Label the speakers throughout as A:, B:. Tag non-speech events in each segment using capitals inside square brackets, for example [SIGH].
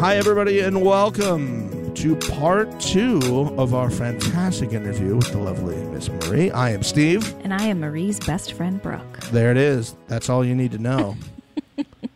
A: Hi, everybody, and welcome to part two of our fantastic interview with the lovely Miss Marie. I am Steve.
B: And I am Marie's best friend, Brooke.
A: There it is. That's all you need to know.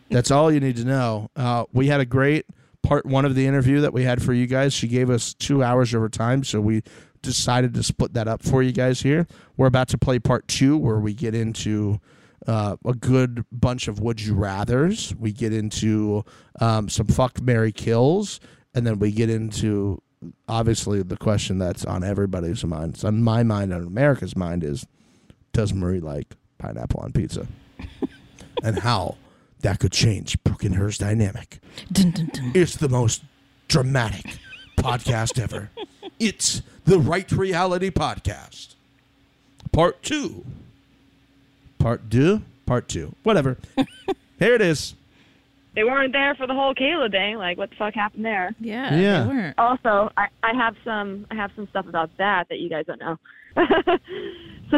A: That's all you need to know. Uh, we had a great part one of the interview that we had for you guys. She gave us two hours of her time, so we decided to split that up for you guys here. We're about to play part two, where we get into uh, a good bunch of would you rather's. We get into um, some fuck Mary kills, and then we get into obviously the question that's on everybody's mind. It's on my mind, on America's mind is does Marie like pineapple on pizza? [LAUGHS] and how that could change Brooke and her's dynamic.
B: Dun, dun, dun.
A: It's the most dramatic podcast ever. It's the Right Reality Podcast. Part two. Part two? Part two. [LAUGHS] Whatever. Here it is.
C: they weren't there for the whole Kayla day. Like, what the fuck happened there?
B: Yeah,
A: Yeah.
B: they weren't.
C: Also, I, I have some I have some stuff about that that you guys don't know. [LAUGHS] so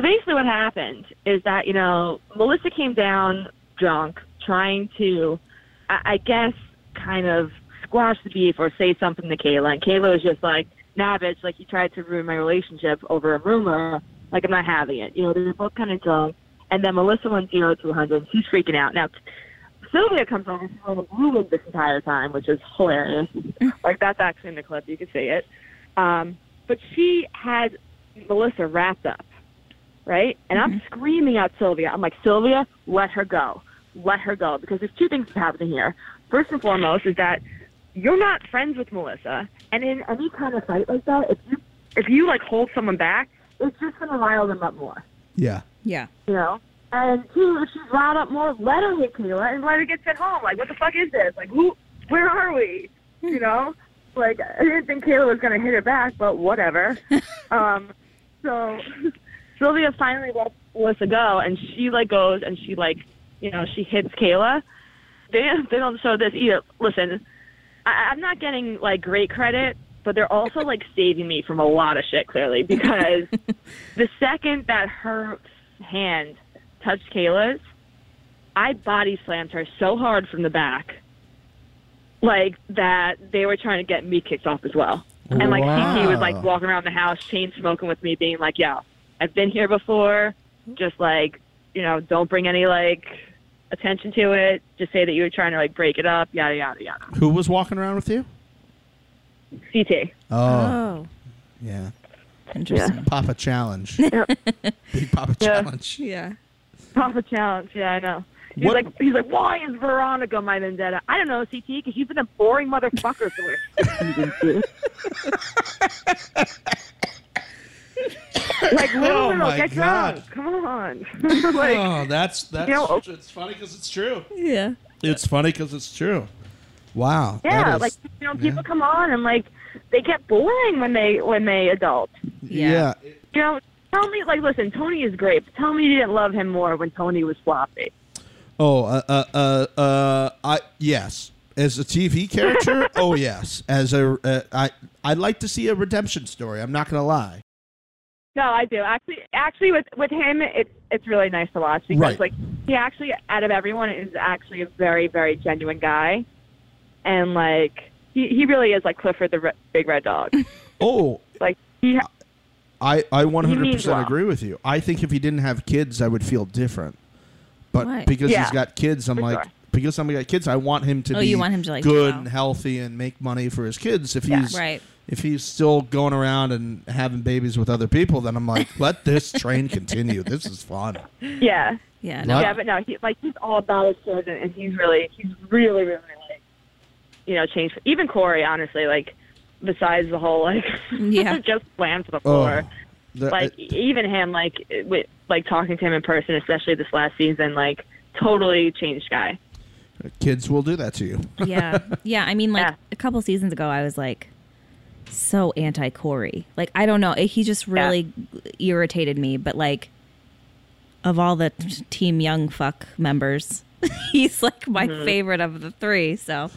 C: basically, what happened is that you know Melissa came down drunk, trying to, I, I guess, kind of squash the beef or say something to Kayla, and Kayla was just like, "Nah, bitch! Like you tried to ruin my relationship over a rumor. Like I'm not having it." You know, they were both kind of drunk, and then Melissa went zero to 100. She's freaking out now. Sylvia comes over. She's wearing a blue wig this entire time, which is hilarious. like that's actually in the clip. You can see it. Um, but she had Melissa wrapped up, right? And I'm screaming at Sylvia. I'm like, Sylvia, let her go. Let her go. Because there's two things happening here. First and foremost is that you're not friends with Melissa, and in any kind of fight like that, if you if you like hold someone back, it's just gonna rile them up more
A: Yeah.
B: Yeah.
C: you know. And two, if she's riled up more, let her hit Kayla and let her get sent home. Like, what the fuck is this? Like, who? Where are we? You know, like I didn't think Kayla was gonna hit her back, but whatever. um, so [LAUGHS] Sylvia finally lets Melissa go, and she like goes and she like, you know, she hits Kayla. They they don't show this either. Listen, I, I'm not getting like great credit, but they're also like saving me from a lot of shit clearly because the second that her hand touched Kayla's, I body slammed her so hard from the back, like that they were trying to get me kicked off as well. And like Kiki was
A: Wow.
C: like walking around the house, chain smoking with me, being like, "Yo, I've been here before. Just like, you know, don't bring any like attention to it. Just say that you were trying to like break it up. Yada yada yada."
A: Who was walking around with you?
C: CT.
A: Oh,
B: Oh,
A: yeah.
B: interesting.
A: Papa
C: [LAUGHS]
A: Challenge. Big Papa
C: Yeah.
A: Challenge.
B: Yeah.
C: Papa challenge. Yeah, I know. He's
A: What-
C: like, he's like, why is Veronica my vendetta? I don't know, CT, because you've been a boring motherfucker for
A: [LAUGHS]
C: like,
A: Oh,
C: no, no,
A: my
C: get
A: God.
C: drunk. Come on. [LAUGHS] like,
A: Oh, that's that's
C: You know-
A: it's funny because it's true.
B: Yeah.
A: It's funny because it's true. Wow. that
C: yeah,
A: is-
C: like you know, people come on and like they get boring when they when they adult.
A: yeah.
B: Yeah.
C: You know, tell me like, listen, Tony is great. But tell me you didn't love him more when Tony was floppy.
A: Oh, uh, uh, uh, uh, I yes. As a TV
C: [LAUGHS]
A: character, oh yes. As a, uh, I, I'd like to see a redemption story. I'm not gonna lie.
C: No, I do actually. Actually, with with him, it's it's really nice to watch because
A: Right.
C: like he actually, out of everyone, is actually a very very genuine guy, and like he he really is like Clifford the Re- Big Red Dog.
A: Oh,
C: like he
A: I, I 100
C: means
A: percent
C: well.
A: agree with you. I think if he didn't have kids, I would feel different. But
B: Right.
A: because
C: Yeah.
A: he's got kids, I'm
C: For
A: like
C: sure.
A: because somebody got kids, I want him to
B: Oh,
A: be
B: you want him to, like,
A: good
B: wow.
A: and healthy and make money for his kids. If
C: Yeah.
A: he's
B: Right.
A: if he's still going around and having babies with other people, then I'm like, let
C: [LAUGHS]
A: this train continue. This is fun.
C: yeah
B: Yeah.
A: Lot-
B: No.
C: yeah, but no, he like he's all about his children, and he's really he's really really like you know changed. Even Corey, honestly, like besides the whole like [LAUGHS]
B: Yeah.
C: just slammed to the
A: Oh,
C: floor.
A: The-
C: like even him like with like talking to him in person especially this last season like totally changed guy
A: uh, kids will do that to you.
B: yeah. Yeah. I mean, like
C: Yeah.
B: a couple seasons ago, I was like so anti Corey. Like, I don't know. He just really irritated me, but like, of all the t- Team Young fuck members, [LAUGHS] he's like my
A: Mm-hmm.
B: favorite of the three. So,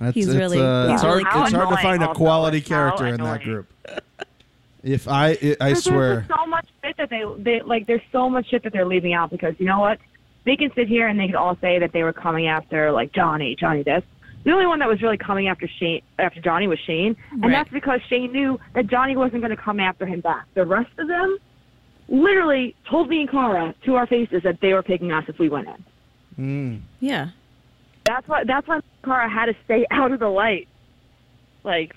A: That's,
B: He's
A: it's,
B: really-
A: Uh,
B: he's
A: it's hard,
C: really How
A: it's hard to
C: annoying
A: find a
C: also,
A: quality
C: like, how
A: character in that
C: annoying.
A: group. If I, I,
C: [LAUGHS]
A: I swear,
C: there's just so much shit that they they like there's so much shit that they're leaving out because you know what they can sit here and they can all say that they were coming after like johnny johnny this The only one that was really coming after Shane, after Johnny, was Shane, and
B: Right.
C: that's because Shane knew that Johnny wasn't going to come after him back. The rest of them, literally, told me and Cara to our faces that they were picking us if we went in.
B: Yeah.
C: That's why. That's why Cara had to stay [LAUGHS] out of the light. Like,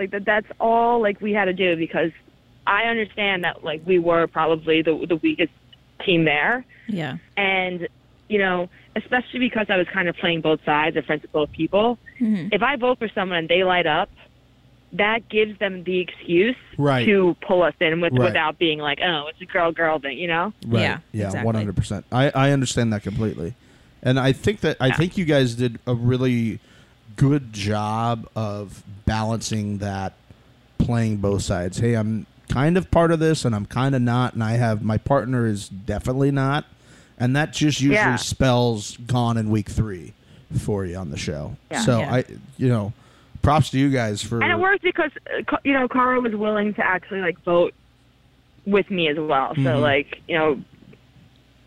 C: like that. That's all. Like we had to do because I understand that like we were probably the the weakest team there,
B: Yeah.
C: and you know, especially because I was kind of playing both sides, and friends with both people. If I vote for someone and they light up, that gives them the excuse
A: Right.
C: to pull us in with,
A: Right.
C: without being like, oh, it's a girl girl thing, you know?
A: Right.
B: Yeah,
A: Yeah.
B: exactly.
A: One hundred percent. I I understand that completely, and I think that I think you guys did a really good job of balancing that, playing both sides. Hey, I'm kind of part of this, and I'm kind of not, and I have my partner is definitely not, and that just usually
C: Yeah.
A: spells gone in week three for you on the show.
C: Yeah.
A: so
B: Yeah.
A: I, you know, props to you guys for.
C: And it worked because uh, Ca- you know Cara was willing to actually like vote with me as well. So
A: Mm-hmm.
C: like you know,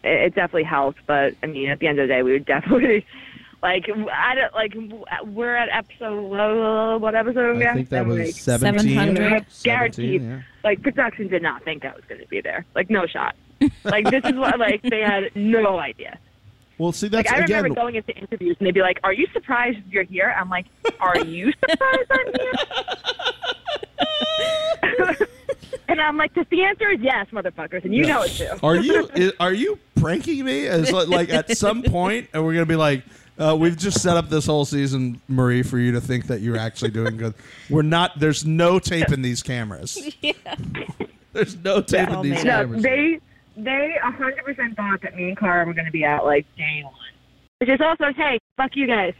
C: it, it definitely helped. But I mean, at the end of the day, we were [LAUGHS] definitely like I don't like w- we're at episode what episode are we
A: I
C: at?
A: think that
C: And,
A: was
C: like,
A: 17.
B: 700.
A: 17,
C: guaranteed.
A: yeah.
C: Like production did not think I was going to be there. Like no shot. like this is what like they had no idea.
A: Well, see,
C: Like
A: that's
C: I remember
A: again.
C: going into interviews and they'd be like, "Are you surprised you're here?" I'm like, "Are you surprised I'm here?" and I'm like, "The answer is yes, motherfuckers, and you know it too."
A: Are
C: [LAUGHS]
A: you i- are you pranking me? As like, like at some point, and we're gonna be like, uh, we've just set up this whole season, Marie, for you to think that you're actually doing good. We're not. There's no tape in these
C: [LAUGHS]
A: cameras. There's no tape
B: Oh,
A: in these
B: man.
C: No,
A: cameras.
C: they they 100% thought that me and Cara were going to be out like day one, which is also hey, fuck you guys.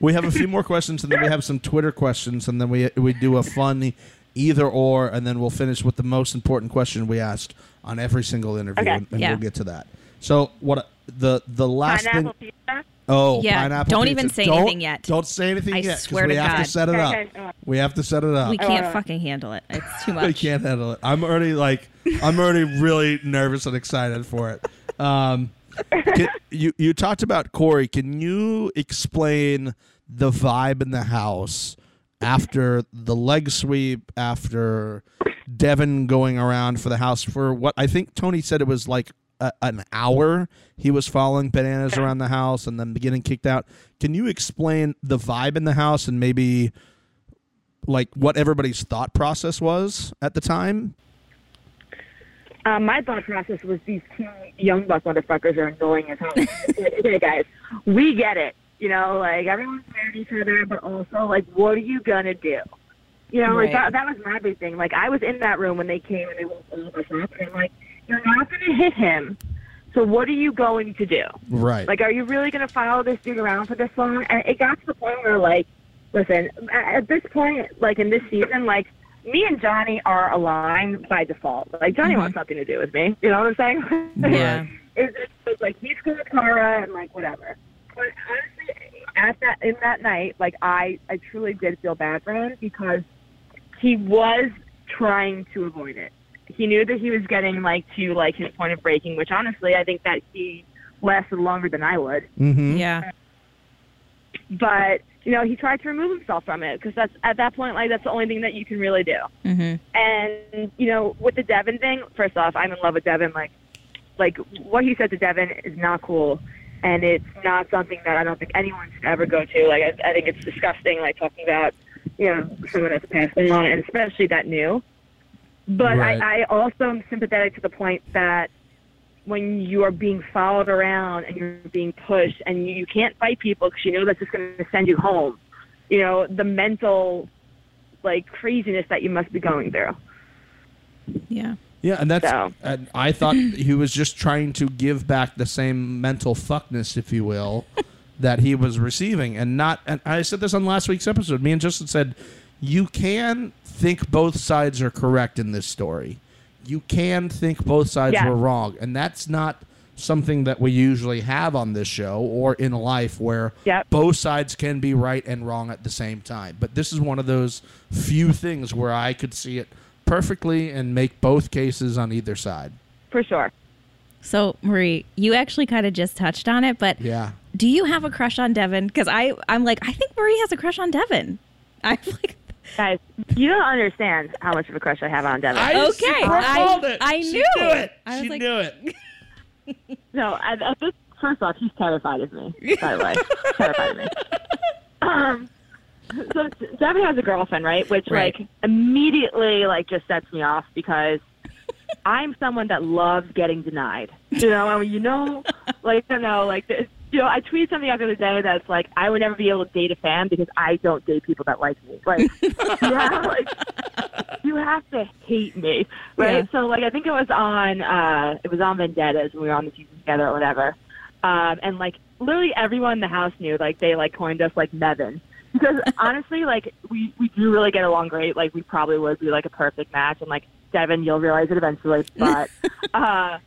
A: we have a few more questions, and then we have some Twitter questions, and then we we do a fun either or, and then we'll finish with the most important question we asked on every single interview,
C: Okay.
A: and, and
B: Yeah.
A: we'll get to that. So what the the last
C: Pineapple
A: thing.
C: pizza.
A: Oh,
B: Yeah,
A: pineapple.
B: don't
A: pizza.
B: even say
A: Don't-
B: anything yet.
A: Don't say anything
B: I
A: yet. 'cause
B: swear
A: we
B: to
A: have to
B: God.
A: set it
C: Okay, okay,
A: up. We have to set it up.
B: We can't
C: Uh,
B: fucking handle it. It's too
A: I
B: much.
A: can't handle it. I'm already like, I'm already really nervous and excited for it. Um, can- you you talked about Corey. Can you explain the vibe in the house after the leg sweep? After Devin going around for the house for what I think Tony said it was like a, an hour. He was following bananas around the house and then getting kicked out. Can you explain the vibe in the house and maybe? like what everybody's thought process was at the time.
C: Uh, my thought process was these two young buck motherfuckers are annoying as hell. okay, guys, we get it. You know, like everyone's mad at each other, but also like, what are you gonna do? You know,
B: Right.
C: like that, that was my big thing. Like I was in that room when they came and they woke all of us up, and like, you're not gonna hit him. So what are you going to do?
A: Right.
C: Like, are you really going to follow this dude around for this long? And it got to the point where, like, listen, at at this point, like in this season, like me and Johnny are aligned by default. Like Johnny wants nothing to do with me. You know what I'm saying?
B: Yeah.
C: [LAUGHS] it's, it's, it's like he's cool with Kara and like whatever. But honestly, at that in that night, like I, I truly did feel bad for him because he was trying to avoid it. He knew that he was getting like to like his point of breaking, which honestly I think that he lasted longer than I would.
A: mm-hmm.
B: Yeah.
C: But you know, he tried to remove himself from it because that's at that point like that's the only thing that you can really do.
B: Mm-hmm.
C: And you know, with the Devin thing, first off, I'm in love with Devin. Like, like what he said to Devin is not cool, and it's not something that I don't think anyone should ever go to. Like, I, I think it's disgusting. Like talking about you know someone that's passing on, and especially that new. But
A: Right.
C: I, I also am sympathetic to the point that when you are being followed around and you're being pushed and you, you can't fight people because you know that's just going to send you home. You know, the mental, like, craziness that you must be going through.
B: Yeah.
A: Yeah, and that's
C: So.
A: and I thought he was just trying to give back the same mental fuckness, if you
C: [LAUGHS]
A: will, that he was receiving, and not. And I said this on last week's episode. Me and Justin said, you can think both sides are correct in this story. You can think both sides
C: Yeah.
A: were wrong, and that's not something that we usually have on this show or in life where
C: Yep.
A: both sides can be right and wrong at the same time. But this is one of those few things where I could see it perfectly and make both cases on either side.
C: For sure.
B: So Marie, you actually kind of just touched on it, but
A: Yeah.
B: do you have a crush on Devin? Because I, I'm like, I think Marie has a crush on Devin. [LAUGHS] I'm like,
C: Guys, you don't understand how much of a crush I have on Devin.
A: I, she
B: Okay,
A: foretold
B: I-
A: it.
B: I
A: She
B: knew
A: knew
B: it.
A: it.
B: I was
A: she
B: like-
A: knew it.
B: [LAUGHS]
C: No, at, at this, first off, he's terrified of me. By the way, terrified of me. Um, so Devin has a girlfriend, right? Which
B: Right.
C: like immediately like just sets me off because I'm someone that loves getting denied. You know, and you know, like I don't know, like this. You know, I tweeted something out the other day that's like, I would never be able to date a fan because I don't date people that like me. Like, [LAUGHS] you have, like you have to hate me, right?
B: Yeah.
C: So like I think it was on uh it was on Vendettas when we were on the season together or whatever. Um and like literally everyone in the house knew like they like coined us like Mevin. Because honestly, like we we do really get along great. Like we probably would be like a perfect match and like Devin, you'll realize it eventually, but uh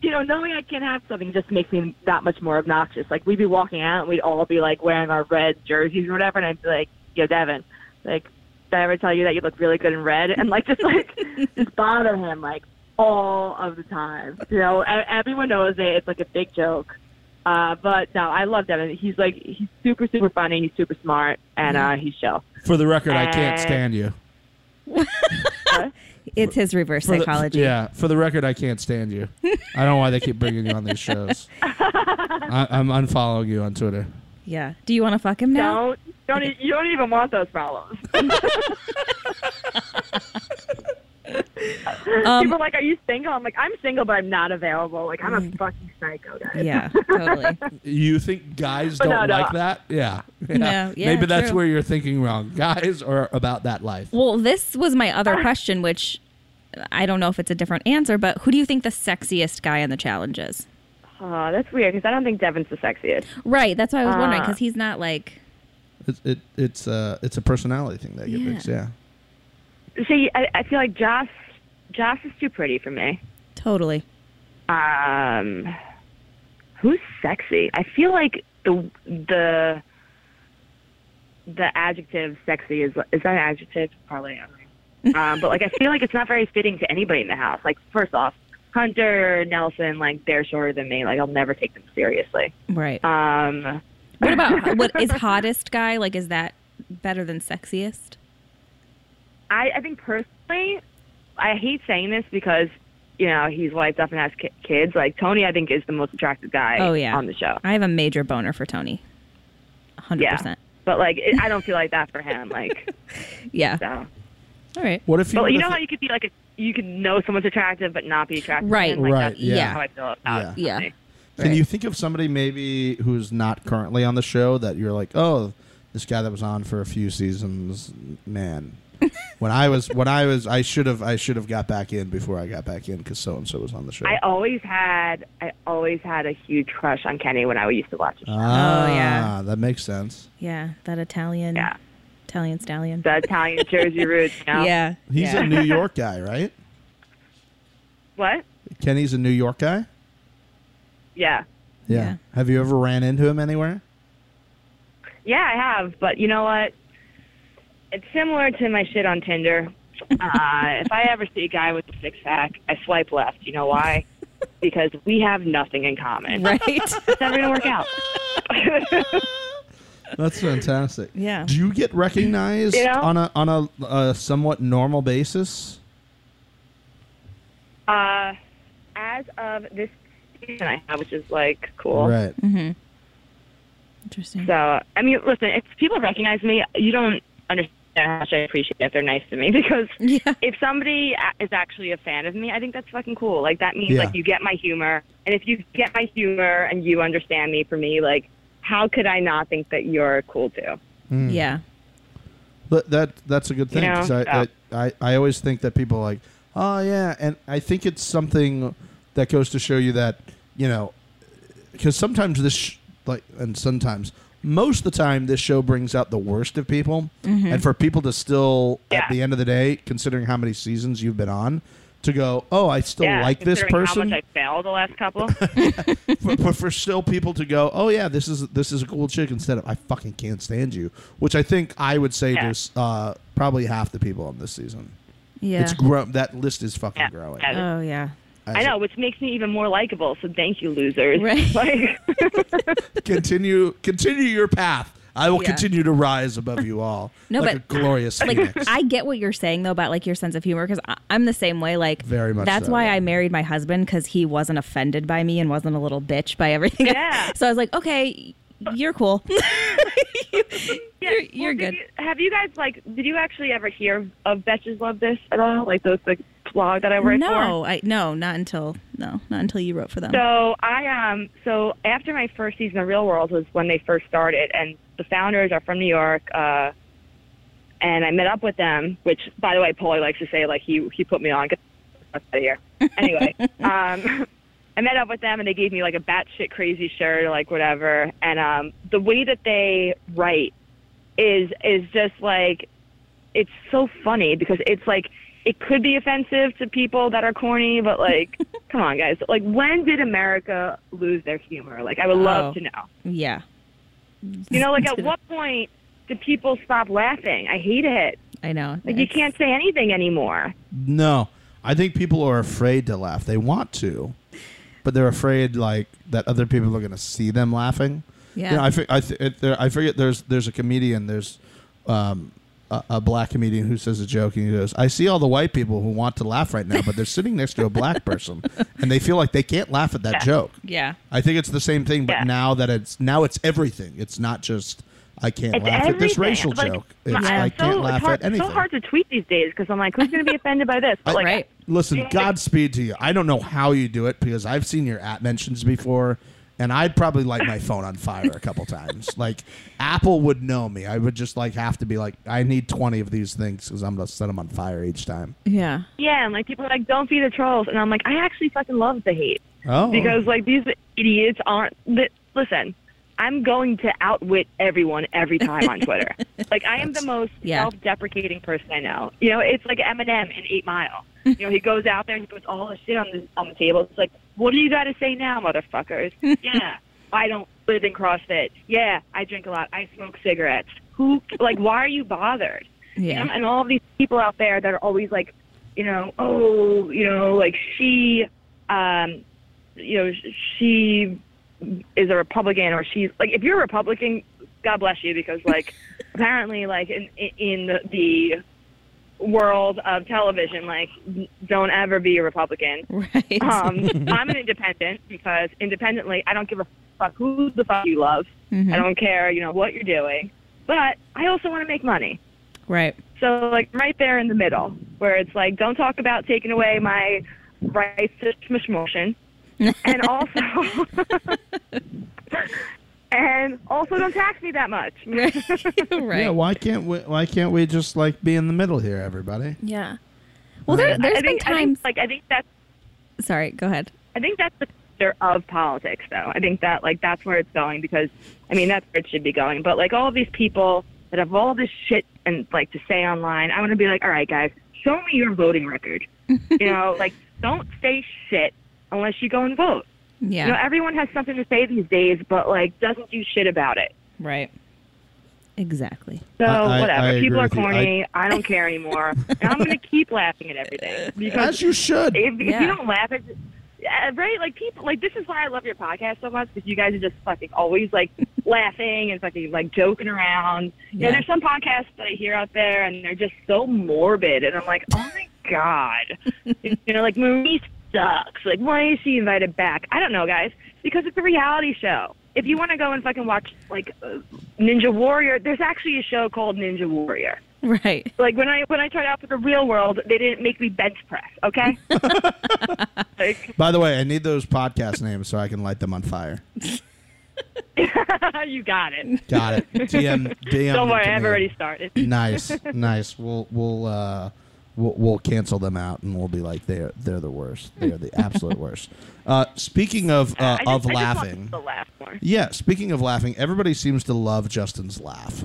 C: you know, knowing I can't have something just makes me that much more obnoxious. Like we'd be walking out and we'd all be like wearing our red jerseys or whatever and I'd be like, Yo, Devin, like did I ever tell you that you look really good in red? And like just like just bother him like all of the time. You know, E- everyone knows it. It's like a big joke. Uh, but no, I love Devin. He's like he's super super funny. He's super smart, and uh, he's chill.
A: For the record, I
C: Uh,
A: can't stand you.
B: it's his reverse
A: For the-
B: psychology.
A: yeah. For the record, I can't stand you. I don't know why they keep bringing you on these
B: [LAUGHS]
A: shows. I, I'm unfollowing you on Twitter.
B: Yeah. Do you want to fuck him now?
C: Don't don't e- you don't even want those problems. [LAUGHS] People are like, are you single? I'm like, I'm single, but I'm not available. Like, I'm a fucking psycho, guys.
B: Yeah, totally.
A: You think guys
C: But
A: don't
C: no, no.
A: like that? Yeah. yeah.
B: No, yeah,
A: [LAUGHS] Maybe that's
B: true.
A: where you're thinking wrong. Guys are about that life.
B: Well, this was my other question, which I don't know if it's a different answer, but who do you think the sexiest guy on the challenge is?
C: Oh, that's weird because I don't think Devin's the sexiest.
B: Right. That's why I was wondering
C: Ah.
B: because he's not like.
A: It, it, it's, uh, it's a personality thing that
B: Yeah.
A: gets mixed. Yeah.
C: See, I, I feel like Joss Joss is too pretty for me.
B: Totally.
C: Um, who's sexy? I feel like the the the adjective "sexy" is is that an adjective? Probably. I don't know. Um, but like, I feel like it's not very fitting to anybody in the house. Like, first off, Hunter Nelson, like they're shorter than me. Like, I'll never take them seriously.
B: Right.
C: Um,
B: What about what is hottest guy? Like, is that better than sexiest?
C: I, I think personally, I hate saying this because you know he's wiped up and has ki- kids. Like Tony, I think is the most attractive guy
B: Oh, yeah.
C: on the show.
B: I have a major boner for Tony. 100%.
C: Yeah. But like, it, I don't feel like that for him. Like,
A: [LAUGHS]
B: Yeah.
C: so.
B: All right.
A: What if you,
C: But
A: what
C: you
A: if
C: know how you could be like, a, you could know someone's attractive but not be attracted.
B: Right.
C: To them? Like,
A: Right,
C: That's
A: yeah.
C: How I feel about
B: Yeah.
C: it.
A: Can
B: Right.
A: you think of somebody maybe who's not currently on the show that you're like, oh, this guy that was on for a few seasons, man. when I was, when I was, I should have, I should have got back in before I got back in because so and so was on the show.
C: I always had, I always had a huge crush on Kenny when I used to watch. it.
A: ah,
B: Oh, yeah.
A: that makes sense.
B: Yeah. That Italian.
C: Yeah.
B: Italian stallion.
C: The Italian Jersey roots. You
B: [LAUGHS]
C: know?
B: yeah.
A: He's
B: yeah.
A: a New York guy, right?
C: What?
A: Kenny's a New York guy.
C: Yeah.
B: Yeah.
A: Have you ever ran into him anywhere?
C: Yeah, I have, but you know what? It's similar to my shit on Tinder. Uh, if I ever see a guy with a six pack, I swipe left. You know why? Because we have nothing in
B: [LAUGHS]
C: common.
B: Right.
C: It's never gonna work out.
A: That's fantastic.
B: Yeah.
A: Do you get recognized
C: You know?
A: on a on a, a somewhat normal basis?
C: [LAUGHS] Uh, as of this season, I have, which is like cool.
A: Right.
C: [LAUGHS]
B: Interesting.
C: So, I mean, listen, if people recognize me, you don't understand how much I appreciate it if they're nice to me [LAUGHS] because
B: Yeah.
C: if somebody a- is actually a fan of me, I think that's fucking cool. Like that means
A: Yeah.
C: like you get my humor, and if you get my humor and you understand me for me, like how could I not think that you're cool too?
B: Yeah.
A: But that that's a good thing. 'cause I,
C: Yeah.
A: I, I, I always think that people are like, oh yeah, and I think it's something that goes to show you that you know, because sometimes this sh- like and sometimes most of the time this show brings out the worst of people, and for people to still
C: Yeah.
A: at the end of the day, considering how many seasons you've been on, to go, oh, I still like this
C: considering
A: person.
C: How much I failed the
A: [LAUGHS]
C: last couple.
A: but, but for still people to go, oh yeah, this is this is a cool chick instead of I fucking can't stand you, which I think I would say
C: Yeah.
A: there's uh, probably half the people on this season.
B: Yeah.
A: It's grow that list is fucking
C: Yeah.
A: growing.
C: Yeah.
B: oh, yeah.
A: As
C: I know, which makes me even more likable. So thank you, losers.
B: Right.
C: [LAUGHS] Like,
A: [LAUGHS] Continue, continue your path. I will
B: Yeah.
A: continue to rise above you all,
B: No,
A: like
B: but-
A: a glorious phoenix.
B: [LAUGHS] I get what you're saying though about like your sense of humor because I'm the same way. Like
A: Very much
B: That's
A: so,
B: why
A: yeah.
B: I married my husband because he wasn't offended by me and wasn't a little bitch by everything.
C: Yeah.
B: [LAUGHS] so I was like, okay, you're cool. [LAUGHS]
C: [LAUGHS]
B: you're
C: Well,
B: [LAUGHS] you're
C: did
B: good.
C: you- have you guys like? Did you actually ever hear of Betches Love This at all? Like those the blog that I write for.
B: no, I no, not until no, not until you wrote for them.
C: So I um so after my first season of Real World was when they first started, and the founders are from New York. Uh, and I met up with them, which by the way, Paulie likes to say like he he put me on. Get the fuck out of here. Anyway, um, I met up with them, and they gave me like a batshit crazy shirt or like whatever. And um, the way that they write is is just like it's so funny because it's like it could be offensive to people that are corny,
B: [LAUGHS]
C: but like, come on, guys. Like, when did America lose their humor? Like, I would love
B: Oh.
C: to know.
B: yeah,
C: You know,
B: [LAUGHS]
C: like, at what point do people stop laughing? I hate it.
B: I know.
C: Like, you
B: It's-
C: can't say anything anymore.
A: No, I think people are afraid to laugh. They want to, but they're afraid like that other people are going to see them laughing.
B: Yeah.
A: You know, I fi- I, th- it, there, I forget. There's there's a comedian. There's um, a, a black comedian who says a joke and he goes, "I see all the white people who want to laugh right now, but they're sitting next to a
C: [LAUGHS]
A: black person and they feel like they can't laugh at that joke."
B: Yeah.
A: I think it's the same thing, but
C: Yeah.
A: now that it's now it's everything. It's not just I can't
C: It's
A: laugh at this
C: everything.
A: racial
C: Like,
A: joke. It's
C: I'm
A: I
C: so,
A: can't
C: it's
A: laugh
C: hard,
A: at anything.
C: It's so hard to tweet these days because I'm like, who's going
A: [LAUGHS]
C: to be offended by this? But, like,
B: right.
A: Listen, Godspeed to you. I don't know how you do it because I've seen your app mentions before, and I'd probably light my phone on fire a couple [LAUGHS] times. Like Apple would know me. I would just like have to be like, I need twenty of these things because I'm gonna set them on fire each time.
B: Yeah.
C: Yeah, and like people are like, don't feed the trolls, and I'm like, I actually fucking love the hate
A: Oh,
C: because like these idiots aren't. Li- listen, I'm going to outwit everyone every time on Twitter. like I am the most
B: yeah.
C: self-deprecating person I know. You know, it's like Eminem in Eight Mile. you know, he goes out there and he puts all the shit on the on the table. It's like, what do you got to say now, motherfuckers? yeah, I don't live in CrossFit. Yeah, I drink a lot. I smoke cigarettes. Who like? Why are you bothered?
B: Yeah. [LAUGHS]
C: And- and all of these people out there that are always like, you know, oh, you know, like she, um, you know, sh- she is a Republican or she's like, if you're a Republican, God bless you because like, apparently like in in the, the world of television, like don't ever be a Republican.
B: Right.
C: Um, I'm an independent because independently, I don't give a fuck who the fuck you love. I don't care, you know, what you're doing. But I also want to make money.
B: right.
C: So like right there in the middle, where it's like, don't talk about taking away my rights to
B: [LAUGHS]
C: schmishmotion, and also, [LAUGHS] and also don't tax me that much.
B: Right.
A: yeah.
B: right.
A: Why can't we? Why can't we just like be in the middle here, everybody?
B: Yeah. Well, there,
C: [LAUGHS] I
B: there's been
C: think, I
B: times.
C: think, like I think that's
B: Sorry, go ahead.
C: I think that's the future of politics, though. I think that like that's where it's going because I mean that's where it should be going. But like all of these people that have all this shit and like to say online, I want to be like, all right, guys, show me your voting record. you know, like don't say shit unless you go and vote.
B: Yeah.
C: You know, everyone has something to say these days, but like doesn't do shit about it.
B: right. Exactly.
C: So
A: I- I-
C: whatever.
A: I agree
C: People are
A: with you. I-
C: corny. I, don't care anymore, and I'm gonna keep laughing at everything because
A: As you should.
C: [LAUGHS] if, if
B: Yeah.
C: you don't laugh at yeah, right, like people, like this is why I love your podcast so much because you guys are just fucking
B: [LAUGHS]
C: always like laughing and fucking like joking around. Yeah.
B: Yeah.
C: there's some podcasts that I hear out there and they're just so morbid, and I'm like, oh my
B: [LAUGHS]
C: god, you know, like Marie sucks. Like, why is she invited back? I don't know, guys, because it's a reality show. If you want to go and fucking watch like uh, Ninja Warrior, there's actually a show called Ninja Warrior.
B: Right.
C: Like when I when I tried out for the real world, they didn't make me bench press.
A: [LAUGHS]
C: Okay. like, [LAUGHS]
A: By the way, I need those podcast names so I can light them on [LAUGHS] fire.
C: you got it.
A: Got it. DM. DM.
C: Don't worry,
A: to
C: I've
A: me.
C: already started.
A: nice, nice. We'll we'll uh, we'll, we'll cancel them out, and we'll be like they're they're the worst. They're the absolute worst. Uh, speaking of uh,
C: I
A: of
C: just, I just want
A: laughing,
C: people to laugh more.
A: yeah. Speaking of laughing, everybody seems to love Justin's
C: [LAUGHS]
A: laugh.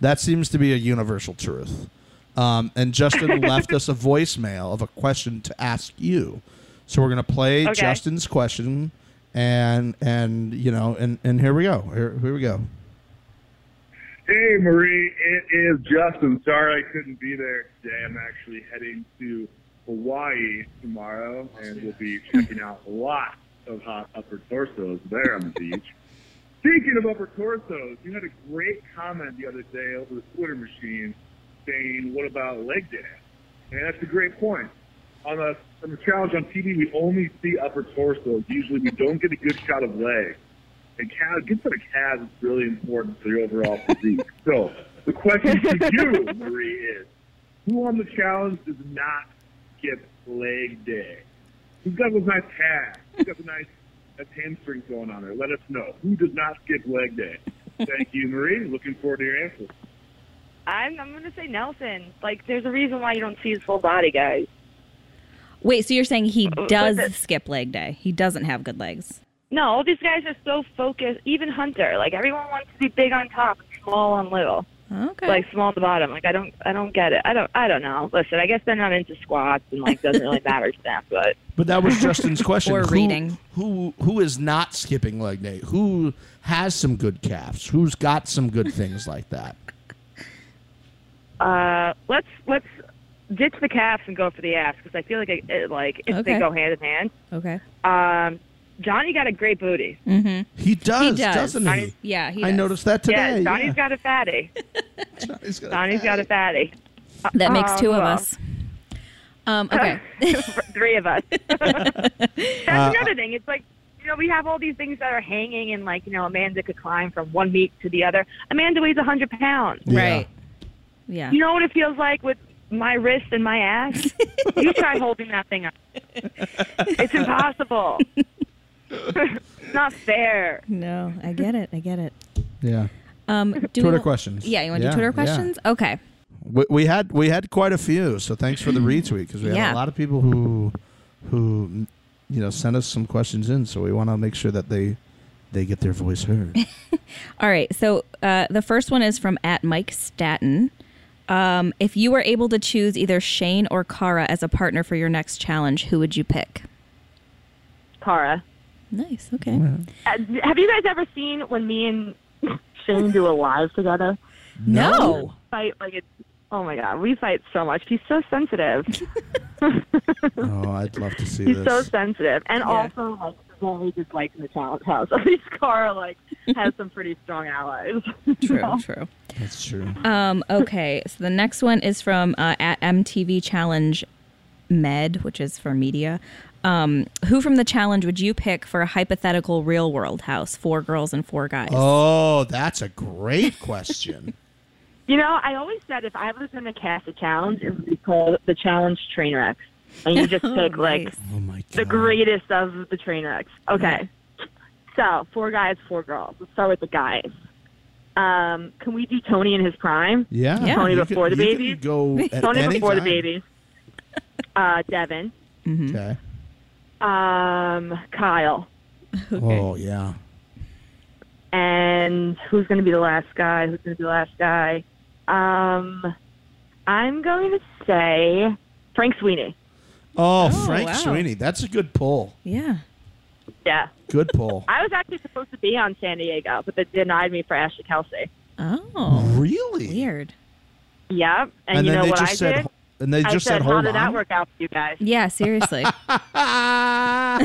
A: that seems to be a universal truth. Um, and
C: [LAUGHS]
A: Justin left us a voicemail of a question to ask you. So we're gonna play
C: Okay.
A: Justin's question, and and you know, and and here we go. Here, here we go.
D: Hey, Marie, it is Justin. Sorry I couldn't be there today. I'm actually heading to Hawaii Hawaii tomorrow, and we'll be checking out lots of hot upper torsos there on the beach. Speaking of upper torsos, you had a great comment the other day over the Twitter machine saying, "What about leg day?" And that's a great point. On the, on the challenge on TV, we only see upper torsos. Usually, we don't get a good shot of legs. And calves, good set of calves is really important for the overall physique. so the question to you, Marie, is who on the challenge does not skip leg day? Who's got those nice calves? Who's got the nice that's hamstrings going on there? Let us know. Who does not skip leg day? Thank you, Marie. Looking forward to your answer.
C: I'm, I'm going to say Nelson. Like, there's a reason why you don't see his full body, guys.
B: Wait, so you're saying
C: Oh,
B: he does skip leg day? He doesn't have good legs.
C: No, all these guys are so focused. Even Hunter, like everyone wants to be big on top and small on little,
B: Okay.
C: like small on the bottom. Like I don't, I don't get it. I don't, I don't know. Listen, I guess they're not into squats and like doesn't really matter to them. But
A: But that was
B: [LAUGHS]
A: Justin's question.
B: Or
A: who,
B: reading.
A: Who who is not skipping leg day? Who has some good calves? Who's got some good things like that?
C: uh, let's let's ditch the calves and go for the ass because I feel like it, it, like if
B: Okay.
C: they go hand in hand.
B: okay.
C: Um, Johnny got a great booty.
A: He does,
B: does.
A: doesn't he?
B: Yeah, he
A: I
B: does.
A: noticed that today.
C: yeah, Johnny's
A: yeah.
C: got a fatty.
A: Johnny's got
C: Johnny's [LAUGHS] got a fatty.
B: That makes two of
C: Uh, well.
B: us. Um,
C: [LAUGHS]
B: okay. [LAUGHS]
C: three of us. That's another thing. It's like, you know, we have all these things that are hanging, and like, you know, Amanda could climb from one meet to the other. Amanda weighs 100 pounds.
A: Yeah.
B: Right. Yeah.
C: You know what it feels like with my wrist and my ass? you try holding that thing up. It's impossible. [LAUGHS] it's not fair.
B: No, I get it. I get it.
A: Yeah.
B: [LAUGHS] Um, do we
A: Twitter
B: wa-
A: questions.
B: Yeah, you want to
A: Yeah,
B: do Twitter
A: yeah.
B: questions? Okay.
A: We, we had we had quite a few, so thanks for the retweet because we had
B: Mm.
A: a
B: Yeah.
A: lot of people who who you know sent us some questions in, so we want to make sure that they they get their voice
B: [LAUGHS]
A: heard.
B: All right. So uh, the first one is from at Mike Staton. Um, if you were able to choose either Shane or Kara as a partner for your next challenge, who would you pick?
C: Cara,
B: Nice. Okay.
C: uh, have you guys ever seen when me and Shane do a live together?
B: No.
C: Fight like it's. Oh my god, we fight so much. He's so sensitive.
A: oh, I'd love to see
C: He's
A: this.
C: so sensitive, and
B: Yeah.
C: also like very disliked in the talent house. [LAUGHS] At least Cara like has some pretty strong allies.
B: True. [LAUGHS] True.
A: That's true.
B: Um, okay. So the next one is from uh, at MTV Challenge Med, which is for media. Um, who from the challenge would you pick for a hypothetical real world house? Four girls and four guys.
A: Oh, that's a great question.
C: You know, I always said if I was going to cast a challenge, it would be called the Challenge Train Wrecks, and you just pick like
B: Nice.
A: oh my god.
C: the greatest of the train wrecks. Okay, so four guys, four girls. Let's start with the guys. Um, can we do Tony in his prime?
A: Yeah.
B: Yeah. Tony
A: You could-
C: before the
A: you could
C: babies? [LAUGHS]
A: Go at
C: Tony
A: any
C: before
A: time. Mm-hmm.
C: the babies. Uh, Devin,
A: Okay.
C: um, Kyle,
A: Oh yeah.
C: and who's going to be the last guy? Who's going to be the last guy? Um, I'm going to say Frank Sweeney.
A: Oh,
B: Oh,
A: Frank
B: wow.
A: Sweeney. That's a good pull.
B: Yeah.
C: Yeah,
A: Good pull.
C: I was actually supposed to be on San Diego, but they denied me for Ashley Kelsey.
B: Oh.
A: really?
B: Weird.
C: Yep, and,
A: And,
C: you
A: then
C: know
A: they
C: what
A: just
C: I
A: said
C: did?
A: and they
C: I
A: just
C: said,
A: said hold
C: "How did that
A: on."
C: work out for you guys?
B: Yeah.
C: [LAUGHS]
B: Seriously.
A: Ah.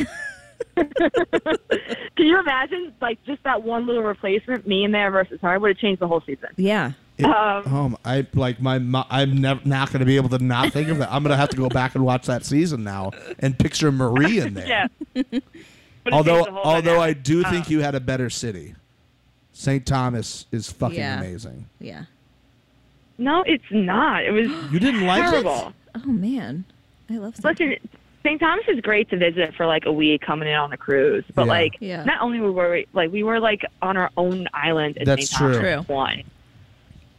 C: Can you imagine, like, just that one little replacement, me in there versus her, would have changed the whole season?
B: yeah.
A: It- um, I like my. mo- I'm nev- not going to be able to not think of that. I'm going to have to go back and watch that season now and picture Marie in there. [LAUGHS]
C: [LAUGHS] Yeah. Would've
A: Although,
C: changed the whole Uh-huh.
A: although I
C: dynamic.
A: do think you had a better city. St. Thomas is fucking
B: Yeah.
A: amazing.
B: Yeah.
C: no, it's not. It was
A: You didn't like
C: terrible.
B: Oh man, I love. St.
C: Listen, St. Thomas is great to visit for like a week coming in on the cruise, but
A: Yeah.
C: like
B: Yeah.
C: not only were we like we were like on our own island. At
A: That's
C: St. Thomas
A: true.
B: True.
C: One.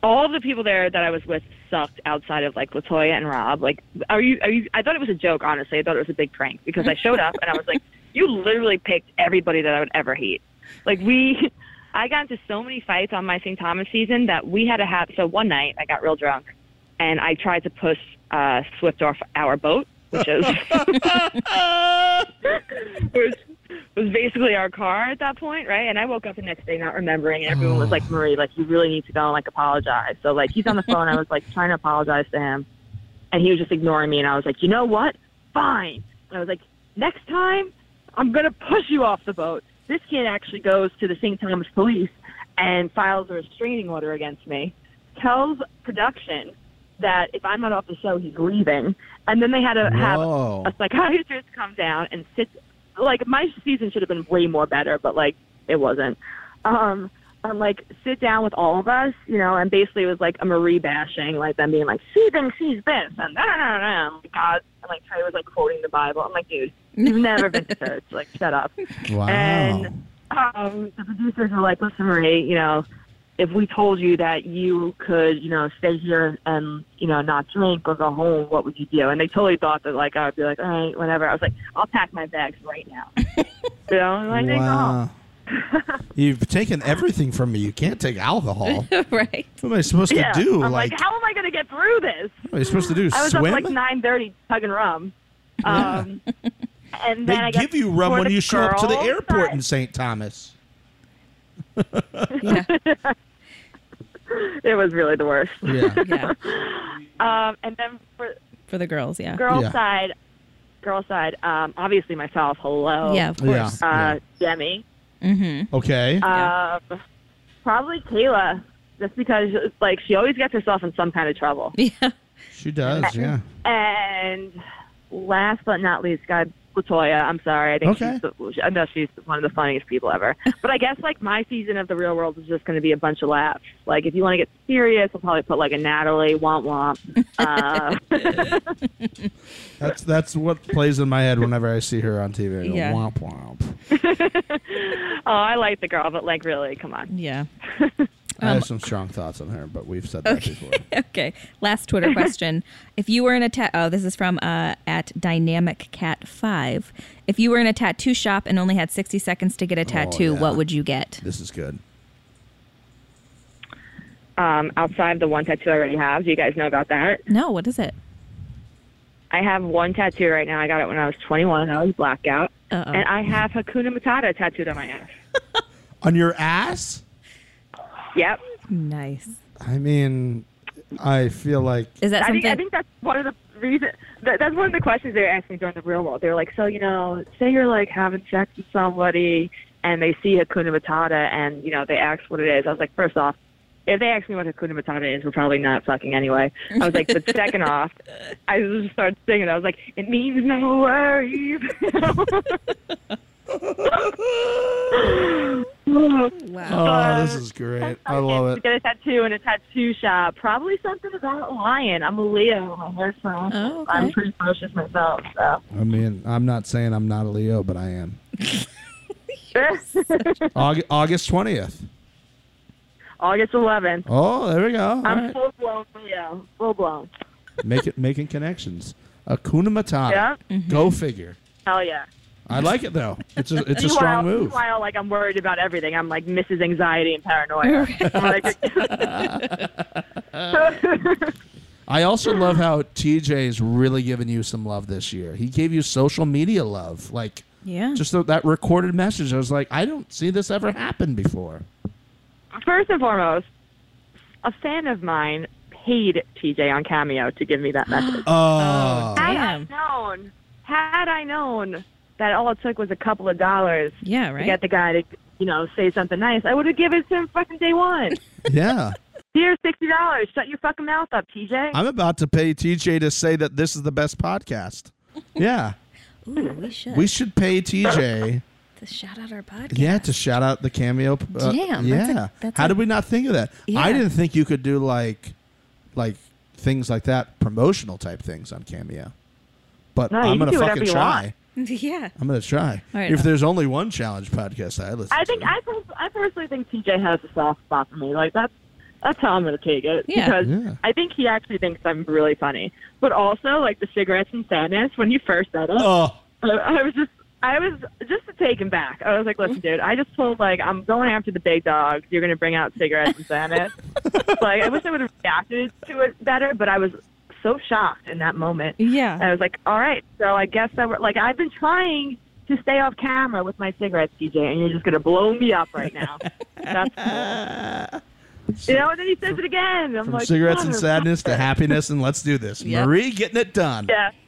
C: All the people there that I was with sucked outside of like Latoya and Rob. Like, are you? Are you? I thought it was a joke. Honestly, I thought it was a big prank because I showed up and I was like, [LAUGHS] you literally picked everybody that I would ever hate. Like we. [LAUGHS] I got into so many fights on my St. Thomas season that we had to have. So one night I got real drunk, and I tried to push uh, Swift off our boat, which is
A: [LAUGHS]
C: which [LAUGHS] was basically our car at that point, right? And I woke up the next day not remembering, and everyone was like, "Marie, like you really need to go and like apologize." So like he's on the phone, I was like trying to apologize to him, and he was just ignoring me, and I was like, "You know what? fine. And I was like, next time, I'm going to push you off the boat. This kid actually goes to the St. Thomas police and files a restraining order against me, tells production that if I'm not off the show, he's leaving. And then they had to have
A: Whoa.
C: a [LAUGHS] psychiatrist come down and sit. Like my season should have been way more better, but like it wasn't. Um, and like sit down with all of us, you know, and basically it was like a Marie bashing, like them being like, she thinks she's this, and no, no, no, no, God, and like Trey was like quoting the Bible. I'm like, dude, you've never been to church, like shut up.
A: Wow.
C: And- Um, the producers were like, listen, Marie, you know, if we told you that you could, you know, stay here and, you know, not drink or go home, what would you do? And they totally thought that, like, I would be like, all right, whatever. I was like, I'll pack my bags right
A: [LAUGHS]
C: now. you know, and I didn't go home.
A: wow. You've taken everything from me. You can't take
C: [LAUGHS]
A: alcohol.
B: right.
A: What am I supposed to
C: Yeah.
A: do?
C: I'm like, how am I going to get through this?
A: what are you supposed to do?
C: I was
A: Swim?
C: up like 9.30 tugging rum.
A: [LAUGHS]
C: Um, and
A: they
C: then I guess
A: give you rum
C: for
A: when
C: the
A: you show up to the
C: girls,
A: airport
C: I-
A: in St. Thomas.
B: Yeah.
C: It was really the worst.
A: Yeah.
B: Yeah.
C: Um, and then for
B: For the girls, yeah.
C: girl
A: Yeah.
C: side, girl side, um, obviously myself, hello.
B: Yeah, of
A: Yeah.
B: course.
C: Uh, Demi.
A: [LAUGHS]
B: Mm-hmm.
A: Okay.
B: Yeah.
C: Um, probably Kayla, just because, like, she always gets herself in some kind of trouble.
B: Yeah.
A: she does. Yeah.
C: And last but not least, God, Latoya. I'm sorry. I think
A: Okay.
C: she's the, I know she's one of the funniest
B: [LAUGHS]
C: people ever. But I guess like my season of the Real World is just going to be a bunch of laughs. Like if you want to get serious, I'll probably put like a Natalie womp
B: [LAUGHS]
C: womp. Uh,
A: That's that's what plays in my head whenever I see her on TV. I go,
B: Yeah.
A: Womp womp.
C: oh, I like the girl, but like really, come on.
B: Yeah.
A: I have some strong thoughts on her, but we've said that
B: [LAUGHS]
A: before.
B: Um, okay. Last Twitter question. if you were in a ta- oh, this is from uh, at Dynamic Cat Five. If you were in a tattoo shop and only had sixty seconds to get a tattoo,
A: Oh, yeah.
B: what would you get?
A: This is good.
C: Um, outside of the one tattoo I already have, do you guys know about that?
B: No, what is it?
C: I have one tattoo right now. I got it when I was 21 and I was blackout.
B: Uh-oh.
C: And I have Hakuna Matata tattooed on my ass.
A: On your ass?
C: Yep.
B: Nice.
A: I mean, I feel like
B: Is that
C: I
B: something?
C: think, I think that's one of the reason. That, that's one of the questions they asked me during the real world. They were like, "So you know, say you're like having sex with somebody, and they see Hakuna Matata, and you know they ask what it is." I was like, first off, if they ask me what Hakuna Matata is, we're probably not fucking anyway. I was like, but
B: [LAUGHS]
C: second off, I just started singing. I was like, it means
B: [LAUGHS]
C: no worries. [LAUGHS]
B: wow.
A: Oh, this is great. I love
C: To
A: it.
C: get a tattoo in a tattoo shop. Probably something about lion. I'm a Leo. My hair's from.
B: Oh, okay.
C: I'm pretty precious myself. So. [LAUGHS]
A: I mean, I'm not saying I'm not a Leo, but I am. August, [LAUGHS] August 20th.
C: August 11th.
A: Oh, there we go. All
C: I'm
A: right.
C: full blown Leo. Full blown.
A: Make it, making connections. Akuna Matata.
C: Yeah.
A: Go figure.
C: Hell yeah.
A: I like it though. It's a
C: [LAUGHS]
A: it's a
C: meanwhile,
A: strong move.
C: meanwhile, like I'm worried about everything. I'm like Mrs. Anxiety and Paranoia. [LAUGHS] I'm like-
A: I also love how TJ's really giving you some love this year. He gave you social media love, like
B: Yeah.
A: just th- that recorded message. I was like, I don't see this ever happen before.
C: First and foremost, a fan of mine paid TJ on Cameo to give
A: [GASPS]
C: me that message. [LAUGHS]
A: Oh,
C: had
B: Damn.
C: I known, had I known that all it took was a couple of dollars
B: Yeah.
C: to
B: Right.
C: get the guy to, you know, say something nice, I would have given it to him fucking day one.
A: yeah.
C: Here's sixty dollars. Shut your fucking mouth up, TJ.
A: I'm about to pay TJ to say that this is the best podcast. Yeah,
B: Ooh, we should.
A: we should pay TJ.
B: to shout out our podcast. [LAUGHS]
A: Yeah, to shout out the cameo. Uh,
B: Damn, that's a-
A: Yeah.
B: that's
A: How
B: a-
A: did we not think of that? I
B: Yeah.
A: didn't think you could do like, like things like that, promotional type things on Cameo. But
C: No, you
A: I'm
C: can
A: gonna
C: do whatever
A: fucking
C: you
A: try.
C: want.
B: yeah.
A: I'm gonna try.
B: All right.
A: if there's only one challenge podcast I listen,
C: I think
A: to.
C: I, pers- I personally think TJ has a soft spot for me. Like that's that's how I'm going to take it
B: Yeah.
C: because
A: Yeah.
C: I think he actually thinks I'm really funny. But also like the cigarettes and sadness when he first said it,
A: Oh,
C: I, I was just I was just taken back. I was like, listen,
A: Mm-hmm.
C: dude, I just told like I'm going after the big dogs. You're going to bring out cigarettes
A: [LAUGHS]
C: and sadness. like I wish I would have reacted to it better, but I was so shocked in that moment. And
B: Yeah.
C: I was like, all right, so I guess that we're like, I've been trying to stay off camera with my cigarettes, DJ, and you're just going to blow me up right now. That's cool.
A: [LAUGHS]
C: You know, and then he says it again. I'm
A: from
C: like,
A: cigarettes and
C: [LAUGHS] motherfucker.
A: sadness to happiness, and let's do this.
B: Yep.
A: Marie getting it done.
C: Yeah. [LAUGHS]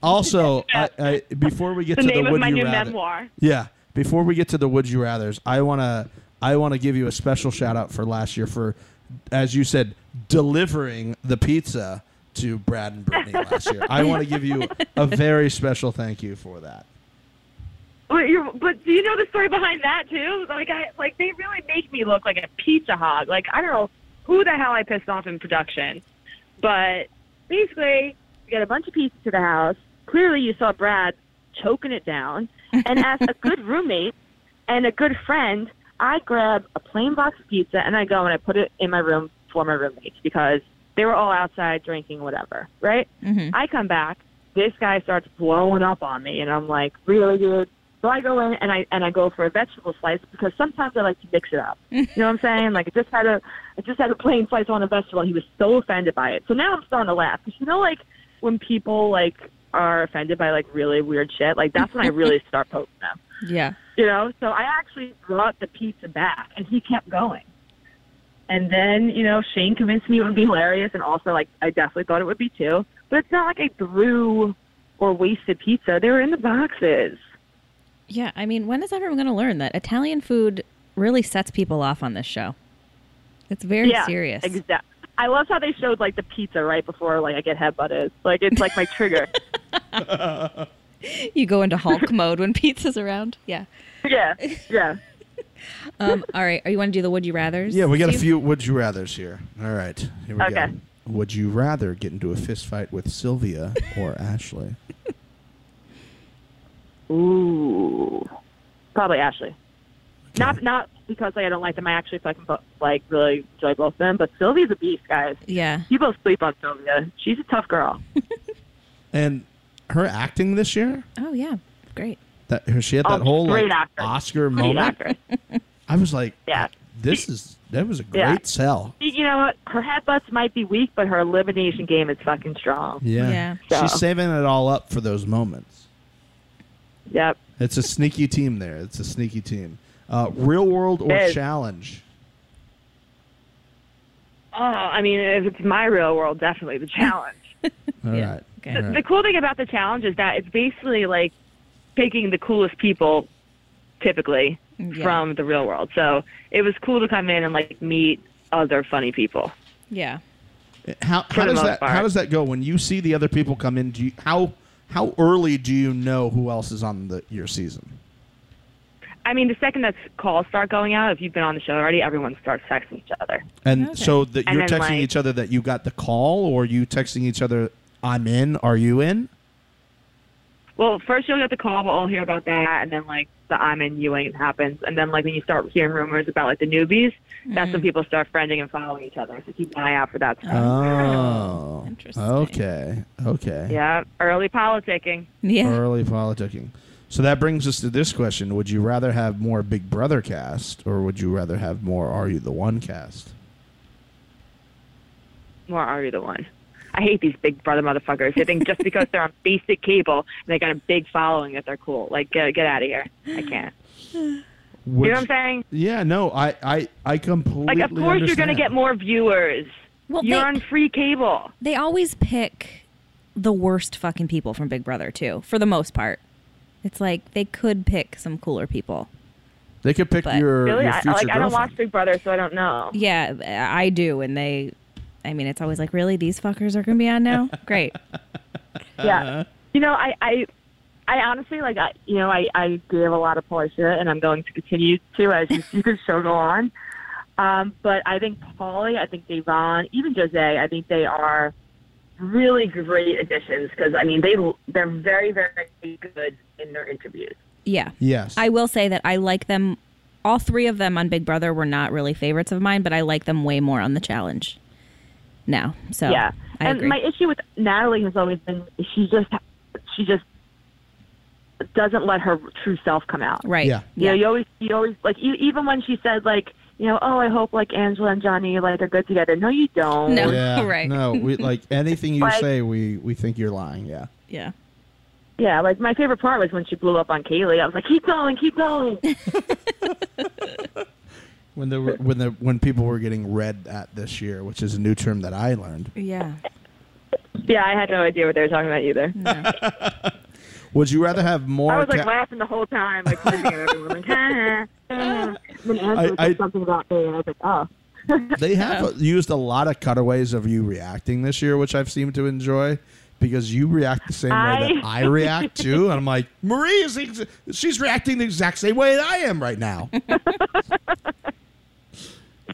A: Also, I, I, before we get
C: The
A: to
C: name
A: the
C: of
A: would
C: my
A: you
C: new
A: rather,
C: memoir.
A: yeah, before we get to the would you rather's, I wanna I wanna give you a special shout out for last year for, as you said, delivering the pizza to Brad and Brittany last year. I want to give you a very special thank you for that.
C: But, you're, but do you know the story behind that too? Like, I like they really make me look like a pizza hog. Like, I don't know who the hell I pissed off in production, but basically, you got a bunch of pizza to the house. Clearly, you saw Brad choking it down, and as a good roommate and a good friend, I grab a plain box of pizza and I go and I put it in my room for my roommates because they were all outside drinking whatever, right?
B: Mm-hmm.
C: I come back. This guy starts blowing up on me, and I'm like, really, dude? So I go in and I and I go for a vegetable slice because sometimes I like to mix it up. You know what I'm saying? Like I just had a I just had a plain slice on a vegetable. And he was so offended by it. So now I'm starting to laugh because you know, like when people like are offended by like really weird shit, like that's when I really start poking them
B: Yeah.
C: you know so i actually brought the pizza back and he kept going and then you know shane convinced me it would be hilarious and also like i definitely thought it would be too but it's not like i threw or wasted pizza they were in the boxes
B: Yeah. I mean, when is everyone going to learn that Italian food really sets people off on this show? It's very
C: yeah
B: serious.
C: exactly i love how they showed like the pizza right before like i get headbutted like it's like my trigger
B: [LAUGHS] You go into Hulk mode when pizza's around. Yeah.
C: yeah yeah
B: Um, all right. Are you want to do the would you rather's?
A: Yeah, we got a
B: Steve?
A: few would you rather's here. All right, here we
C: Okay.
A: go. Would you rather get into a fist fight with Sylvia or Ashley?
C: ooh probably ashley [LAUGHS] not not because like i don't like them i actually fucking bo- like really enjoy both of them but sylvia's a beast guys
B: Yeah.
C: You both sleep on Sylvia. She's a tough girl.
A: And her acting this year,
B: Oh, yeah. Great.
A: that her- she had that
C: Oh,
A: whole
C: great
A: like,
C: actor.
A: Oscar
C: Great
A: moment.
C: actor.
A: I was like,
C: Yeah.
A: this is that was a great
C: Yeah.
A: sell.
C: You know what? Her headbutts might be weak, but her elimination game is fucking strong.
A: Yeah.
B: Yeah.
A: she's
C: So-
A: saving it all up for those moments.
C: Yep.
A: It's a sneaky team there. It's a sneaky team. Uh, real world or
C: Yes.
A: challenge?
C: Oh, I mean, if it's my real world, definitely the challenge.
A: All right.
B: Yeah. Okay.
A: All [LAUGHS]
C: The
A: right.
C: cool thing about the challenge is that it's basically like picking the coolest people, typically,
B: Yeah.
C: from the real world. So it was cool to come in and like meet other funny people.
B: Yeah.
A: How, how
C: the
A: does
C: most
A: that how
C: part.
A: does that go when you see the other people come in? Do you, how how early do you know who else is on the your season?
C: I mean, the second that calls start going out, if you've been on the show already, everyone starts texting each other.
A: And
B: Okay.
A: so that
C: And
A: you're
C: then,
A: texting
C: like-
A: each other that you got the call, or you texting each other, "I'm in," "Are you in?"
C: Well, first you'll get the call, we'll all hear about that, and then like the I'm in you ain't happens, and then like when you start hearing rumors about like the newbies, that's
A: Mm-hmm.
C: when people start friending and following each other. So keep an eye out for that. Stuff.
A: Oh,
B: Interesting.
A: Okay, okay.
C: yeah, early politicking.
B: Yeah.
A: Early politicking. So that brings us to this question: Would you rather have more Big Brother cast, or would you rather have more Are You the One cast?
C: More are you the one? I hate these big brother motherfuckers. They
A: [LAUGHS]
C: think just because they're on basic cable and they got a big following that they're cool. Like get get out of here. I can't.
A: Would
C: you know what I'm saying?
A: Yeah, no, I, I, I completely.
C: Like of course you're
A: understand.
C: gonna get more viewers.
B: Well,
C: you're
B: they-
C: on free cable.
B: They always pick the worst fucking people from Big Brother too, for the most part. It's like they could pick some cooler people.
A: They could pick
B: but-
A: your,
C: Really?
A: your
C: I,
A: future
C: like I don't
A: girlfriend.
C: watch Big Brother, so I don't know.
B: Yeah, I do, and they. I mean, it's always like, really, these fuckers are gonna be on
A: [LAUGHS]
B: now. Great. Uh-huh.
C: yeah. You know, I, I, I honestly like, I, you know, I, I gave a lot of Paul shit, and I'm going to continue to as you see the show go on. Um, but I think Paulie, I think Devon, even Jose, I think they are really great additions because I mean they they're very very good in their interviews.
B: Yeah.
A: Yes,
B: I will say that I like them. All three of them on Big Brother were not really favorites of mine, but I like them way more on the challenge now. So
C: yeah,
B: I
C: and
B: agree.
C: my issue with Natalie has always been she just she just doesn't let her true self come out.
B: right.
A: Yeah.
C: Yeah, you always, you always like you, even when she said like, you know, oh, I hope like Angela and Johnny like are good together. No, you don't.
B: No.
A: Yeah,
B: [LAUGHS] Right.
A: No, we like anything you
C: Like-
A: say, we we think you're lying. Yeah.
B: Yeah.
C: Yeah, like my favorite part was when she blew up on Kaylee. I was like, keep going, keep going.
A: When the when the when people were getting read at this year, which is a new term that I learned.
B: Yeah.
E: Yeah, I had no idea what they were talking about either.
A: Would you rather have more?
E: I was like
A: ca-
E: laughing the whole time, like looking at everyone,
C: [LAUGHS]
E: like, ha, ha, ha. And then Andrew
A: I- I-
E: said something about me, and I was like, oh.
A: they have used a lot of cutaways of you reacting this year, which I've seemed to enjoy because you react the same way that I react too. And I'm like, Marie is ex- she's reacting the exact same way that I am right
C: [LAUGHS]
A: now. oh,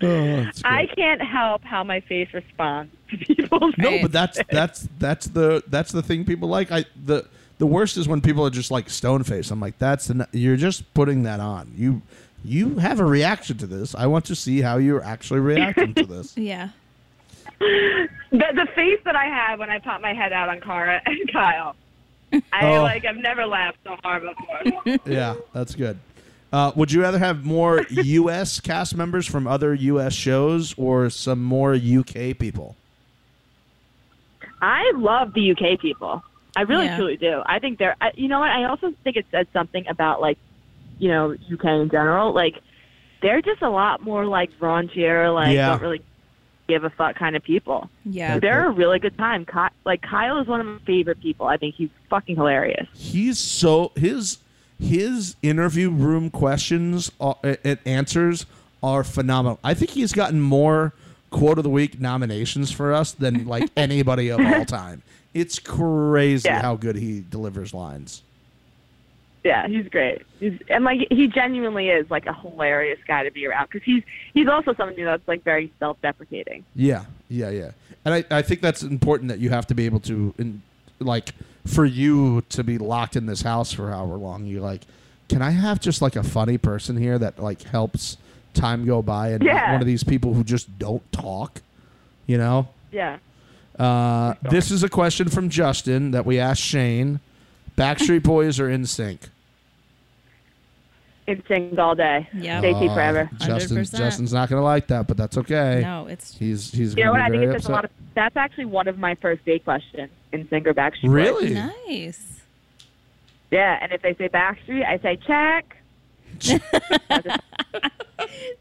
A: that's
C: I
A: great.
C: can't help how my face responds to [LAUGHS] people.
A: no, but that's that's that's the that's the thing people like. I the the worst is when people are just like stone faced. I'm like, that's an, you're just putting that on you. You have a reaction to this. I want to see how you're actually reacting to this.
B: Yeah.
C: The, the face that I have when I pop my head out on Cara and Kyle. [LAUGHS] I
A: Oh.
C: like. I've never laughed so hard before.
A: Yeah, that's good. Uh, would you rather have more U.S. cast members from other U.S. shows or some more U.K. people?
E: I love the UK people. I really
B: Yeah.
E: truly do. I think they're. I, you know what? I also think it says something about like, you know, UK in general. Like, they're just a lot more like raunchier, like
A: Yeah.
E: don't really give a fuck kind of people.
B: Yeah.
E: They're a really good time. Ky- like Kyle is one of my favorite people. I think he's fucking hilarious.
A: He's so his his interview room questions are, and answers are phenomenal. I think he's gotten more quote of the week nominations for us than like anybody of all time. It's crazy
E: Yeah.
A: how good he delivers lines.
E: Yeah, he's great. He's, and like he genuinely is like a hilarious guy to be around because he's he's also somebody that's like very self-deprecating.
A: Yeah, yeah, yeah. And I, I think that's important that you have to be able to, in, like, for you to be locked in this house for however long you like. Can I have just like a funny person here that like helps time go by and not
E: Yeah.
A: one of these people who just don't talk? You know.
E: Yeah.
A: Uh, this is a question from Justin that we asked Shane. Backstreet Boys or In Sync?
E: It sings all day.
B: Yep.
E: They keep forever.
A: Uh, Justin,
B: 100%.
A: Justin's not gonna like that, but that's okay.
B: No, it's
A: He's he's.
E: You know what?
A: gonna
E: I
A: be
E: think
A: very
E: it's just a
A: upset.
E: lot of. That's actually one of my first date questions in Singer Backstreet. Boys.
A: really.
B: nice.
E: Yeah, and if they say Backstreet, I say check.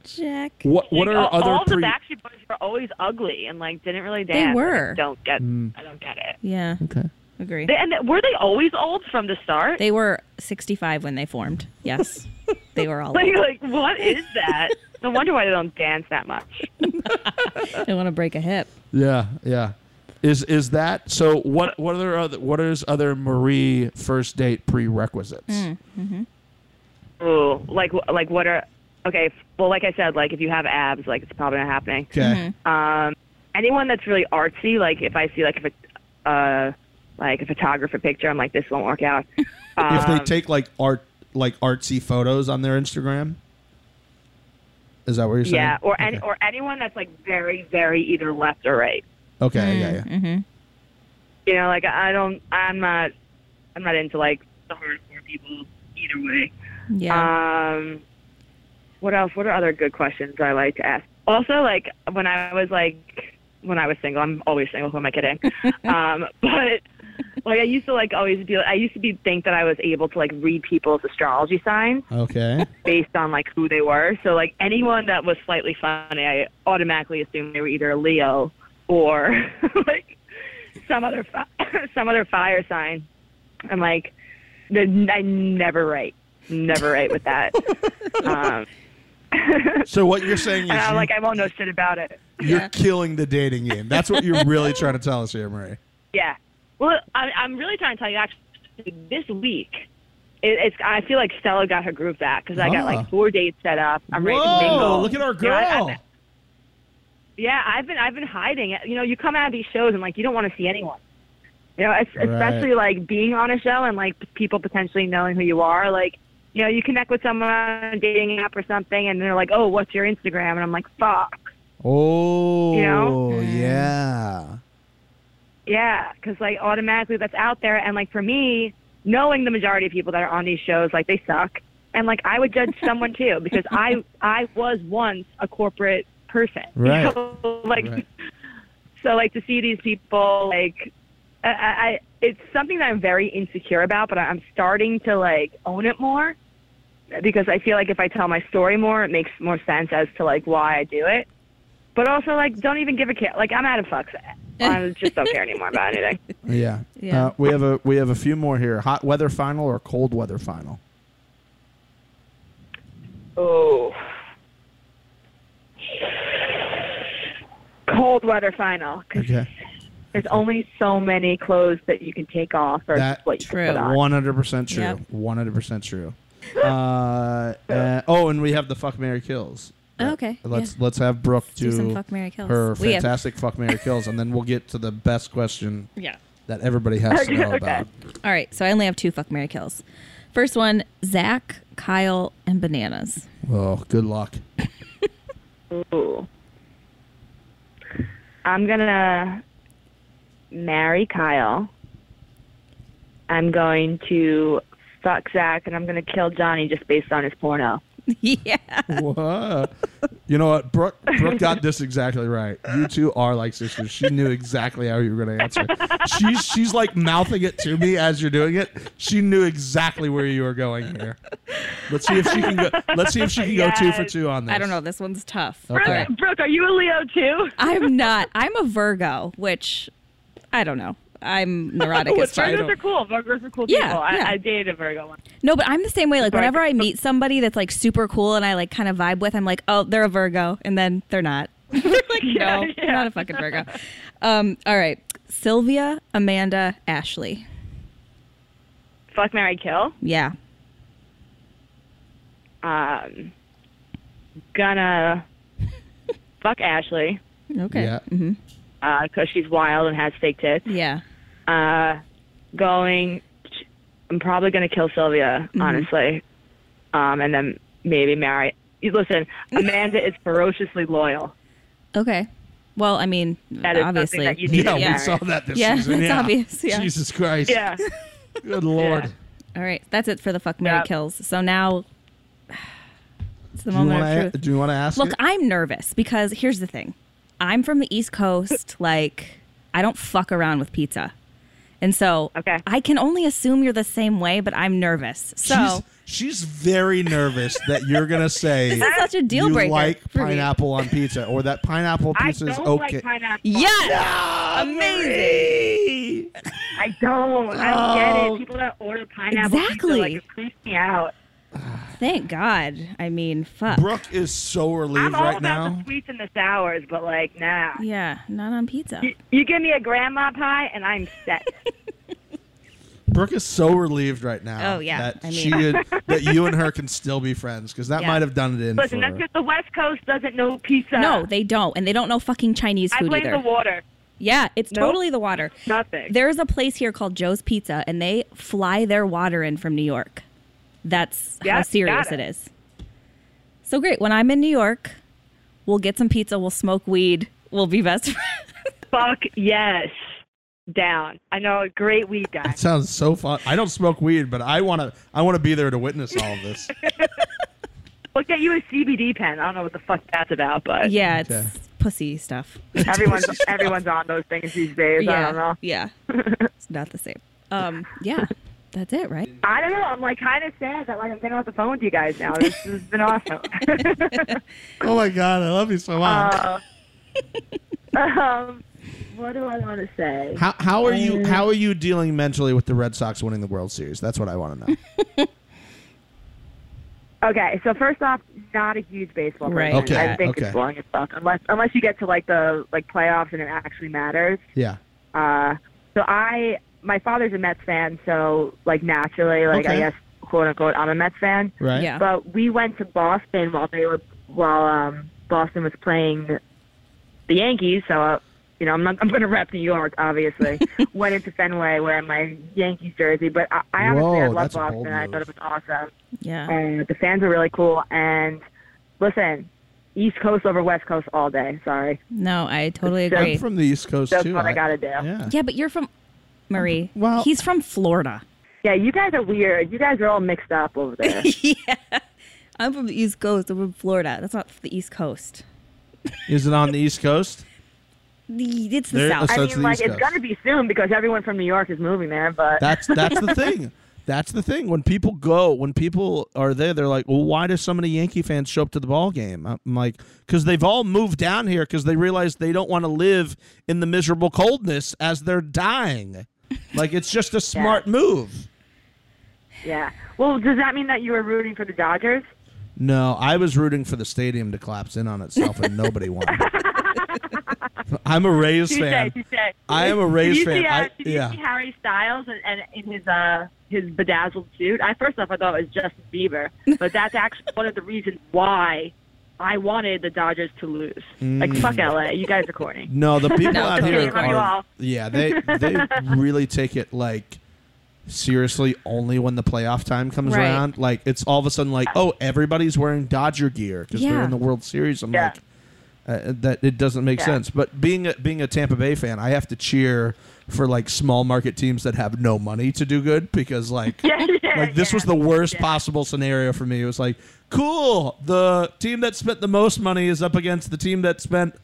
B: Jack.
A: What what
C: Like,
A: are
C: all,
A: other
C: all
A: three?
C: the Backstreet Boys were always ugly and like didn't really
B: They
C: dance. I
B: were.
C: don't get.
A: Mm.
C: I don't get it.
B: Yeah.
A: okay.
B: Agree.
C: They, and were they always old from the start?
B: They were 65 when they formed. [LAUGHS] Yes. they were all.
C: [LAUGHS] like, like what is that? no wonder why they don't dance that much.
B: They want to break a hip.
A: Yeah, yeah. Is is that so? What what are other what is other Marie first date prerequisites?
C: Hmm. Ooh, like like what are? Okay, well, like I said, like if you have abs, like it's probably not happening.
A: Okay,
C: um, anyone that's really artsy, like if I see like if a uh, like a photographer picture, I'm like this won't work out.
A: [LAUGHS]
C: Um,
A: if they take like art like artsy photos on their Instagram, is that what you're saying?
C: yeah, or any
A: Okay.
C: or anyone that's like very very either left or right.
A: okay, yeah, yeah.
C: You know, like I don't, I'm not, I'm not into like the hardcore people either way.
B: Yeah.
C: Um, what else? What are other good questions I like to ask? Also, like when I was like when I was single, I'm always single. Who am I kidding? um, but like I used to like always be. I used to be think that I was able to like read people's astrology signs
A: [LAUGHS] Okay,
C: based on like who they were. So like anyone that was slightly funny, I automatically assumed they were either a Leo or [LAUGHS] like some other fi- [LAUGHS] some other fire sign. I'm like, the- I never write, never write
A: [LAUGHS]
C: with that. um,
A: so what you're saying is
C: and I'm
A: you,
C: [LAUGHS] like, I won't know shit about it.
A: you're
B: Yeah.
A: killing the dating game. That's what you're really trying to tell us here, Marie.
C: Yeah. Well, I, I'm really trying to tell you actually this week. It, it's. I feel like Stella got her groove back because I got
A: Ah.
C: like four dates set up. I'm ready to
A: Whoa!
C: mingle.
A: Look at our
C: You know, I-
A: girl.
C: I- Yeah, I've been I've been hiding. it. You know, you come out of these shows and like you don't want to see anyone. You know, es-
A: Right.
C: especially like being on a show and like people potentially knowing who you are. Like, you know, you connect with someone on a dating app or something, and they're like, "Oh, what's your Instagram?" And I'm like, "Fuck."
A: Oh,
C: You know?
A: yeah.
C: Yeah, because like automatically that's out there, and like for me, knowing the majority of people that are on these shows, like they suck, and like I would judge someone too because I I was once a corporate person, You
A: Right.
C: [LAUGHS] know, like
A: Right.
C: so like to see these people like I, I I- it's something that I'm very insecure about, but I'm starting to like own it more because I feel like if I tell my story more, it makes more sense as to like why I do it. But also, like, don't even give a care. Like, I'm out of fucks. I just don't care anymore about anything.
A: Yeah.
B: Yeah.
A: Uh, we have a we have a few more here. Hot weather final or cold weather final?
C: Oh. Cold weather final. 'cause
A: Okay.
C: There's only so many clothes that you can take off or
A: That-
C: what you
B: True.
C: can put on.
A: One hundred percent true.
B: Yep.
A: One hundred percent true. Uh, uh, oh, and we have the fuck Mary kills.
B: Oh, okay.
A: Let's let's have Brooke do,
B: do some fuck, marry, kills.
A: her
B: We have-
A: fantastic fuck Mary kills, and then we'll get to the best question
B: Yeah.
A: that
C: [LAUGHS]
A: everybody has to know
C: Okay.
A: about.
B: All right. So I only have two fuck Mary kills. First one, Zach, Kyle, and bananas. [LAUGHS]
A: Oh, good luck.
C: Ooh. I'm gonna marry Kyle. I'm going to fuck Zach, and I'm gonna kill Johnny just based on his porno.
B: yeah.
A: Whoa. You know what? Brooke, Brooke got this exactly right. You two are like sisters. She knew exactly how you were going to answer. She's, she's like mouthing it to me as you're doing it. She knew exactly where you were going here. Let's see if she can go. Let's see if she can go two for
C: Yes.
A: two on this.
B: I don't know. This one's tough.
A: Okay.
B: All right.
C: Brooke, are you a Leo too?
B: I'm not. I'm a Virgo, which I don't know. I'm
C: [LAUGHS]
B: neurotic as
A: Which I
B: fuck.
A: don't-
C: Virgos are cool. Virgos are cool
B: Yeah,
C: people. I,
B: yeah.
C: I dated a Virgo once.
B: No, but I'm the same way. Like
C: Sorry.
B: whenever I meet somebody that's like super cool and I like kind of vibe with, I'm like, oh, they're a Virgo, and then they're
C: [LAUGHS]
B: not. [LAUGHS] like no,
C: Yeah,
B: I'm not a fucking Virgo. Um, all right, Sylvia, Amanda, Ashley.
C: Fuck, marry, kill.
B: Yeah,
C: Um,
A: [LAUGHS]
C: gonna fuck Ashley
B: okay,
A: Yeah.
B: hmm
C: because she's wild and has fake tits.
B: yeah.
C: uh, going. I'm probably going to kill Sylvia,
B: Mm-hmm.
C: honestly, um, and then maybe marry.
B: [LAUGHS]
C: You- Listen, Amanda is ferociously loyal.
B: Okay. Well, I mean,
C: That is something
B: obviously,
C: that you need
A: Yeah,
C: to
A: we
C: marry.
A: saw that this
B: Yeah,
A: season.
B: it's obvious, yeah.
A: Jesus Christ. [LAUGHS]
C: Yeah,
A: Good Lord.
C: Yeah.
B: All right, that's it for the fuck Mary
C: Yeah.
B: kills. So now [SIGHS] it's the
A: Do you
B: moment of
A: wanna-
B: truth.
A: Do you want to ask?
B: Look,
A: it?
B: I'm nervous because here's the thing. I'm from the East Coast, like I don't fuck around with pizza. And so
C: Okay.
B: I can only assume you're the same way, but I'm nervous. So
A: she's, she's very nervous that you're going to say
B: [LAUGHS] this is such a deal
A: you
B: breaker.
A: like
B: for me.
A: pineapple on pizza or that pineapple
C: I
A: pizza is
C: don't
A: okay.
C: like pineapple.
B: Yes! Amazing.
C: I don't. I get it. People that order pineapple
B: Oh. Exactly.
C: pizza, like, it creeps me out.
B: Thank God. I mean, fuck.
A: Brooke is so relieved
C: I'm all
A: right
C: about
A: now.
C: the sweets and the sours, but like, nah.
B: Yeah, not on pizza.
C: You, you give me a grandma pie, and I'm
A: [LAUGHS]
C: set.
A: Brooke is so relieved right now.
B: Oh, yeah.
A: that
B: I
A: she that you and her can still be friends because that
B: Yeah.
A: might have done it in. for
C: Listen, that's
A: her.
C: because the West Coast doesn't know pizza.
B: No, they don't. And they don't know fucking Chinese
C: I
B: food
C: blame
B: either.
C: the water.
B: yeah, it's
C: Nope.
B: totally the water.
C: Nothing.
B: There's a place here called Joe's Pizza, and they fly their water in from New York. That's how
C: Yeah,
B: serious
C: got
B: it
C: it.
B: is. So great. When I'm in New York, we'll get some pizza, we'll smoke weed, we'll be best [LAUGHS] friends.
C: Fuck yes. Down. I know a great weed guy.
A: It sounds so fun. I don't smoke weed, but I want to. I want to be there to witness all of
C: [LAUGHS]
A: this.
C: Look at you a CBD pen. I don't know what the fuck that's about, but
B: yeah, it's
A: Okay.
B: pussy [LAUGHS] stuff.
C: everyone's everyone's on those things these days. I
B: yeah,
C: don't know.
B: [LAUGHS] yeah, it's not the same. Um, yeah, that's it, right?
C: I don't know. I'm like kind of sad that like I've been on the phone with you guys now. This has
B: [LAUGHS]
C: been awesome. [LAUGHS]
A: oh my god, I love you so much.
C: Uh, um, what do I want to say?
A: how how are
C: um,
A: you? How are you dealing mentally with the Red Sox winning the World Series? That's what I want
B: [LAUGHS]
A: to know.
C: Okay, so first off, not a huge baseball
B: Right.
C: person.
A: Okay,
C: I think
A: okay.
C: it's boring as fuck. Unless unless you get to like the like playoffs and it actually matters.
A: Yeah.
C: Uh, so I, my father's a Mets fan, so like naturally, like
A: Okay.
C: I guess quote unquote, I'm a Mets fan.
A: Right.
B: Yeah.
C: But we went to Boston while they were while um, Boston was playing the Yankees. So uh, you know, I'm not, [LAUGHS] I'm going to rep New York,
A: [LAUGHS]
C: obviously. went into Fenway wearing my Yankees jersey, but I, I honestly
A: Whoa,
C: I love
A: that's a bold
C: Boston. I thought
A: move.
C: it was awesome
B: Yeah,
C: and the fans are really cool. And listen, East Coast over West Coast all day. Sorry,
B: no, I totally
A: I'm
B: agree.
A: from the East Coast
C: that's
A: too.
C: what I, gotta do. Yeah.
A: yeah.
B: yeah, but you're from Marie.
A: Well-
B: he's from Florida.
C: you guys are weird. You guys are all mixed up over there.
B: yeah. I'm from the East Coast. I'm from Florida. That's not the East Coast.
A: Is it on the East Coast?
B: The- It's the
A: There-
B: South.
C: I
A: So it's
C: mean,
A: the
C: like
A: East
C: it's
A: Coast.
C: gonna be soon because everyone from New York is moving there. But
A: That's that's the thing. That's the thing. When people go, when people are there, they're like, "Well, why do so many Yankee fans show up to the ball game?" I'm like, "Because they've all moved down here because they realize they don't want to live in the miserable coldness as they're dying. Like, it's just a smart move."
C: Yeah. Well, does that mean that you were rooting for the Dodgers?
A: No, I was rooting for the stadium to collapse in on itself, and nobody won. I'm a Rays
C: Touche,
A: fan.
C: touche.
A: I am a Rays
C: did you
A: fan.
C: See, uh,
A: I-
C: did you
A: yeah.
C: see Harry Styles and, and in his uh his bedazzled suit? I first off I thought it was Justin Bieber, but that's actually one of the reasons why I wanted the Dodgers to lose.
A: Mm.
C: Like fuck LA, you guys are corny.
A: No, the people
B: No,
A: out
B: totally.
A: here
C: Love
A: are
C: you all.
A: yeah, they they really take it like seriously only when the playoff time comes
B: Right.
A: around. Like it's all of a sudden like, oh, everybody's wearing Dodger gear because they're
B: Yeah.
A: in the World Series. I'm
C: Yeah.
A: like uh, that it doesn't make
C: Yeah.
A: sense. But being a, being a Tampa Bay fan, I have to cheer for like small market teams that have no money to do good because like
C: Yeah, [LAUGHS] yeah,
A: like this
C: yeah.
A: was the worst possible scenario for me. It was like, cool, the team that spent the most money is up against the team that spent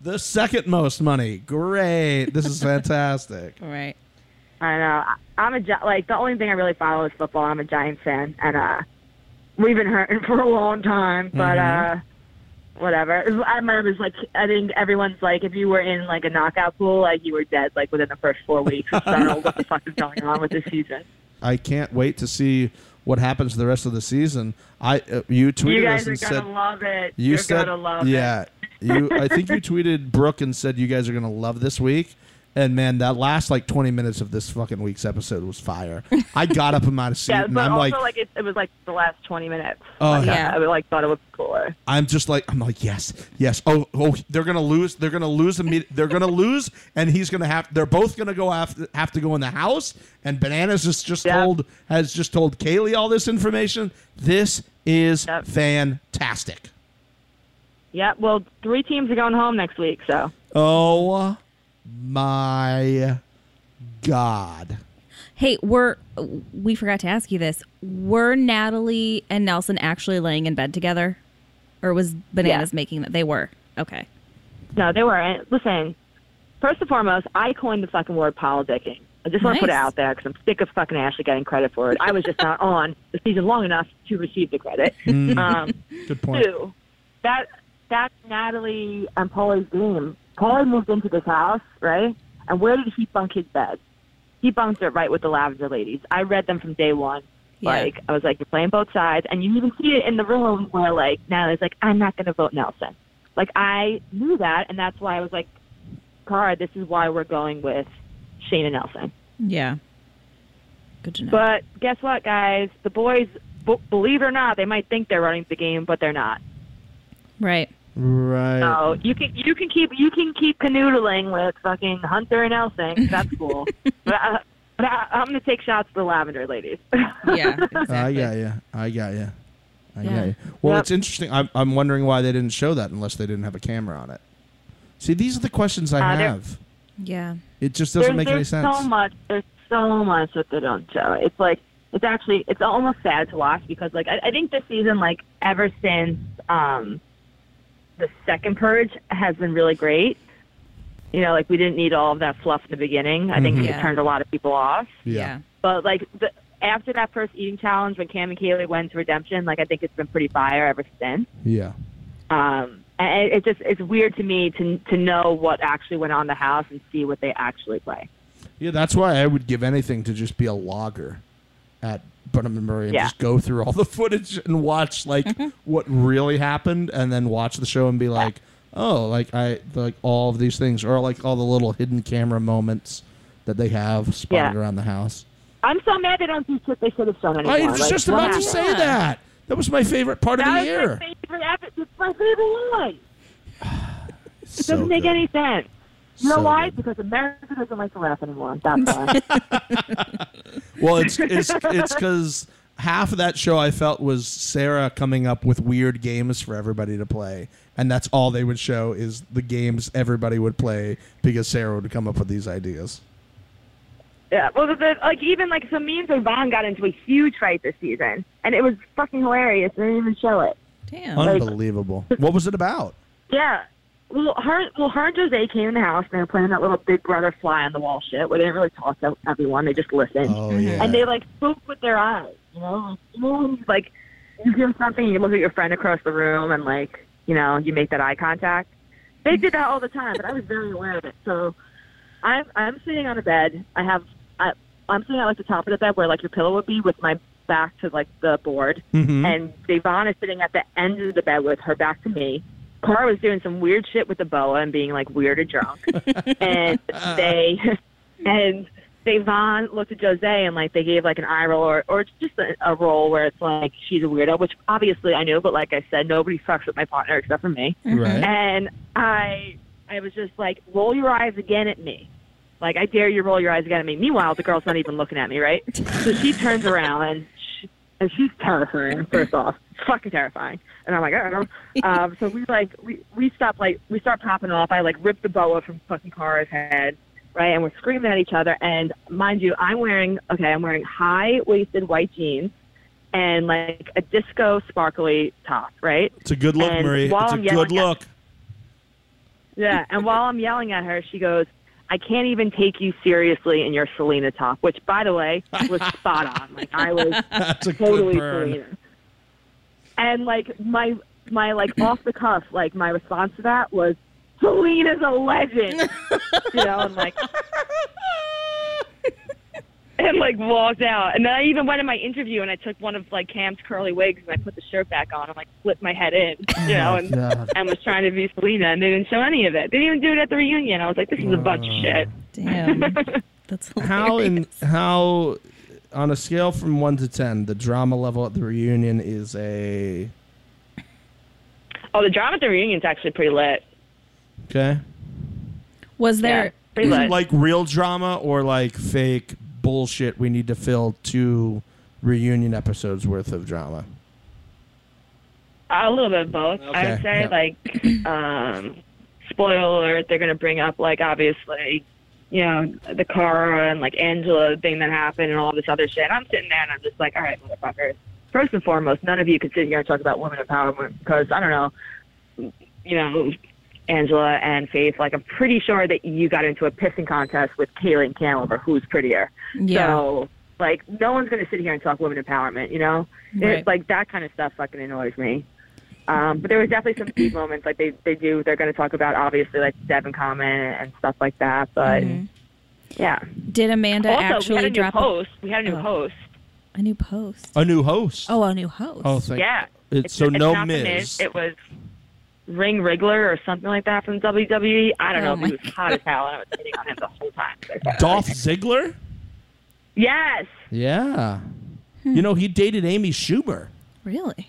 A: the second most money. Great. This is fantastic.
B: Right.
C: I know. I- I'm a Gi- like the only thing I really follow is football. I'm a Giants fan, and uh, we've been hurting [LAUGHS] for a long time. But
A: Mm-hmm.
C: uh, whatever. I remember it's like I think everyone's like, if you were in like a knockout pool, like you were dead like within the first four weeks. So I don't know what
A: [LAUGHS]
C: the fuck is going on with this season.
A: [LAUGHS] I can't wait to see what happens the rest of the season. I uh, you tweeted
C: You
A: us
C: guys are
A: and
C: gonna
A: said
C: love it.
A: you
C: are
A: said
C: gonna love it.
A: yeah. You I think
C: [LAUGHS]
A: you tweeted Brooke and said you guys are gonna love this week. And man, that last like twenty minutes of this fucking week's episode was fire. I got up in
C: [LAUGHS]
A: my seat
C: Yeah,
A: and
C: but
A: I'm
C: also
A: like,
C: like, it, it was like the last 20 minutes.
A: Oh,
C: like,
B: yeah.
C: I, I like thought it was cooler.
A: I'm just like I'm like yes, yes. Oh, oh, they're gonna lose. They're gonna lose. Imme- they're gonna [LAUGHS] lose, and he's gonna have. They're both gonna go after have to go in the house. And bananas has just
C: Yep.
A: told has just told Kaylee all this information. This is
C: Yep.
A: fantastic.
C: Yeah. Well, three teams are going home next week, so
A: Oh my god!
B: Hey, we're we forgot to ask you this. Were Natalie and Nelson actually laying in bed together, or was Bananas
C: Yeah.
B: making that? They were. Okay.
C: No, they weren't. Listen, first and foremost, I coined the fucking word politicking. I just want to put it
B: Nice.
C: out there because I'm sick of fucking Ashley getting credit for it. I was just not [LAUGHS] on the season long enough to receive the credit. Um,
A: Good point.
C: two, that that's Natalie and Paulie's game. Paulie moved into this house, right? And where did he bunk his bed? He bunked it right with the lavender ladies. I read them from day one.
B: Yeah.
C: Like I was like, you're playing both sides, and you even see it in the room where like Natalie's like, I'm not going to vote Nelson. Like I knew that, and that's why I was like, Cara, this is why we're going with Shane and Nelson.
B: Yeah. Good to know.
C: But guess what, guys? The boys, b- believe it or not, they might think they're running the game, but they're not.
B: right.
A: Right.
C: So you can you can keep you can keep canoodling with fucking Hunter and Elsing. That's
A: [LAUGHS]
C: cool. but I, but I, I'm gonna take shots to the Lavender ladies. [LAUGHS]
F: [LAUGHS]
B: Yeah.
F: Uh,
A: I
B: Exactly.
A: got you. I got you. I
B: Yeah.
A: got you. Well,
C: Yep.
A: it's interesting. I'm, I'm wondering why they didn't show that unless they didn't have a camera on it. See, these are the questions I
C: Uh, there-
A: have.
B: yeah.
A: It just doesn't
C: there's,
A: make any
C: there's
A: sense.
C: So much. There's so much that they don't show. It's like it's actually it's almost sad to watch because like I, I think this season like ever since um the second purge has been really great. You know, like we didn't need all of that fluff in the beginning. I think
B: Mhm.
A: Mm-hmm.
C: it
B: Yeah.
C: turned a lot of people off.
B: Yeah.
C: But like the, after that first eating challenge, when Cam and Kaylee went to Redemption, like I think it's been pretty fire ever since.
A: yeah.
C: Um, and it- it just it's weird to me to to know what actually went on in the house and see what they actually play.
A: Yeah, that's why I would give anything to just be a logger at Burnham and Murray and
C: Yeah.
A: just go through all [LAUGHS] the footage and watch like what really happened and then watch the show and be like, oh, like I like all of these things or like all the little hidden camera moments that they have spotted
C: Yeah.
A: around the house.
C: I'm so mad they don't do shit they should have shown anymore.
A: I was
C: Like,
A: just
C: what
A: about to
C: happened?
A: say that. That was my favorite part of
C: That
A: the
C: was
A: year.
C: my favorite epi- It's my favorite line. It
A: So
C: doesn't make
A: good.
C: any sense. You know
A: So
C: why?
A: good.
C: Because America doesn't like to laugh anymore.
A: [LAUGHS]
C: That's why.
A: Well, it's it's it's because half of that show I felt was Sarah coming up with weird games for everybody to play, and that's all they would show is the games everybody would play because Sarah would come up with these ideas.
C: Yeah, well, the, the, like even like so, me and Savon got into a huge fight this season, and it was fucking hilarious. They didn't even show it.
B: Damn.
A: Unbelievable. What was it about?
C: Yeah, well, her, well, her and Jose came in the house and they were playing that little Big Brother fly on the wall shit. Where they didn't really talk to everyone; they just listened,
A: Oh yeah.
C: and they like spoke with their eyes. You know, like, you know, when you, like you hear something, you look at your friend across the room, and like you know, you make that eye contact. They did that all the time, but I was very aware of it. So, I'm I'm sitting on a bed. I have I, I'm sitting at like the top of the bed where like your pillow would be, with my back to like the board
A: Mhm.
C: and Devon is sitting at the end of the bed with her back to me. Car was doing some weird shit with the boa and being like weird and drunk. and they [LAUGHS] and Devon looked at Jose and like they gave like an eye roll or or just a, a roll where it's like she's a weirdo, which obviously I knew, but like I said, nobody fucks with my partner except for me.
A: Right.
C: And I I was just like, roll your eyes again at me. Like I dare you roll your eyes again at me. Meanwhile, the girl's not even looking at me, right? So she turns around and she, and she's terrifying. First off, fucking terrifying. And I'm like, oh. Um, so we like we we stop like we start popping off. I like rip the boa from fucking Cara's head, right? And we're screaming at each other. And mind you, I'm wearing okay, I'm wearing high waisted white jeans and like a disco sparkly top, right?
G: It's a good look,
C: And
G: Marie.
C: while
G: It's a
C: I'm
G: good
C: yelling at-
G: look.
C: Yeah, and while I'm yelling at her, she goes, "I can't even take you seriously in your Selena top," which, by the way,
A: [LAUGHS]
C: was spot on. Like I was
A: [LAUGHS] That's a
C: totally
A: good burn.
C: Selena. And like my my
A: [CLEARS THROAT]
C: like off the cuff, like my response to that was, "Selena's a legend," you know,
A: [LAUGHS]
C: and like
F: and like walked out. And then I even went in my interview and I took one of like Cam's curly wigs and I put the shirt back on and like flipped my head in, you know, and,
A: God.
F: and was trying to be Selena and they didn't show any of it. They didn't even do it at the reunion. I was like, this is a bunch of shit.
B: Damn. [LAUGHS] That's hilarious.
A: How in how on a scale from one to ten, the drama level at the reunion is a
F: Oh, the drama at the reunion's actually pretty lit.
A: okay.
B: was there
F: Yeah, pretty
G: Is it
F: lit.
G: like real drama?
A: drama or like fake bullshit we need to fill two reunion episodes worth of drama
F: A little bit of both. I would
A: Okay,
F: say
A: yeah.
F: like [CLEARS THROAT] um spoiler alert, they're gonna bring up like obviously, you know, the Cara and like Angela thing that happened and all this other shit. I'm sitting there and I'm just like, All right, motherfuckers. First and foremost, none of you can sit here and talk about women empowerment because I don't know, you know, Angela and Faith, like I'm pretty sure that you got into a pissing contest with Kaylee and Cam over who's prettier.
B: yeah.
F: So like no one's gonna sit here and talk women empowerment, you know?
B: Right.
F: It's like that kind of stuff fucking annoys me. Um, but there was definitely some deep moments like they, they do they're gonna talk about obviously like Devin comment and stuff like that. But yeah.
B: Did Amanda Mm-hmm.
F: also we had
B: actually
F: a new
B: drop a,
F: host. We had a new
B: Oh.
F: host.
B: a new post?
A: a new host
B: Oh, a new host.
A: oh thank
F: Yeah.
A: It- so
F: it's
A: no
F: not the
A: Miz.
F: It was Ring Wriggler or something like that from WWE. I don't
B: Oh
F: know. but
B: my
F: He was hot as hell, and I was sitting on him the
A: [LAUGHS]
F: whole time.
A: dolph ziggler
F: Yes.
A: yeah you know he dated amy schumer
B: really?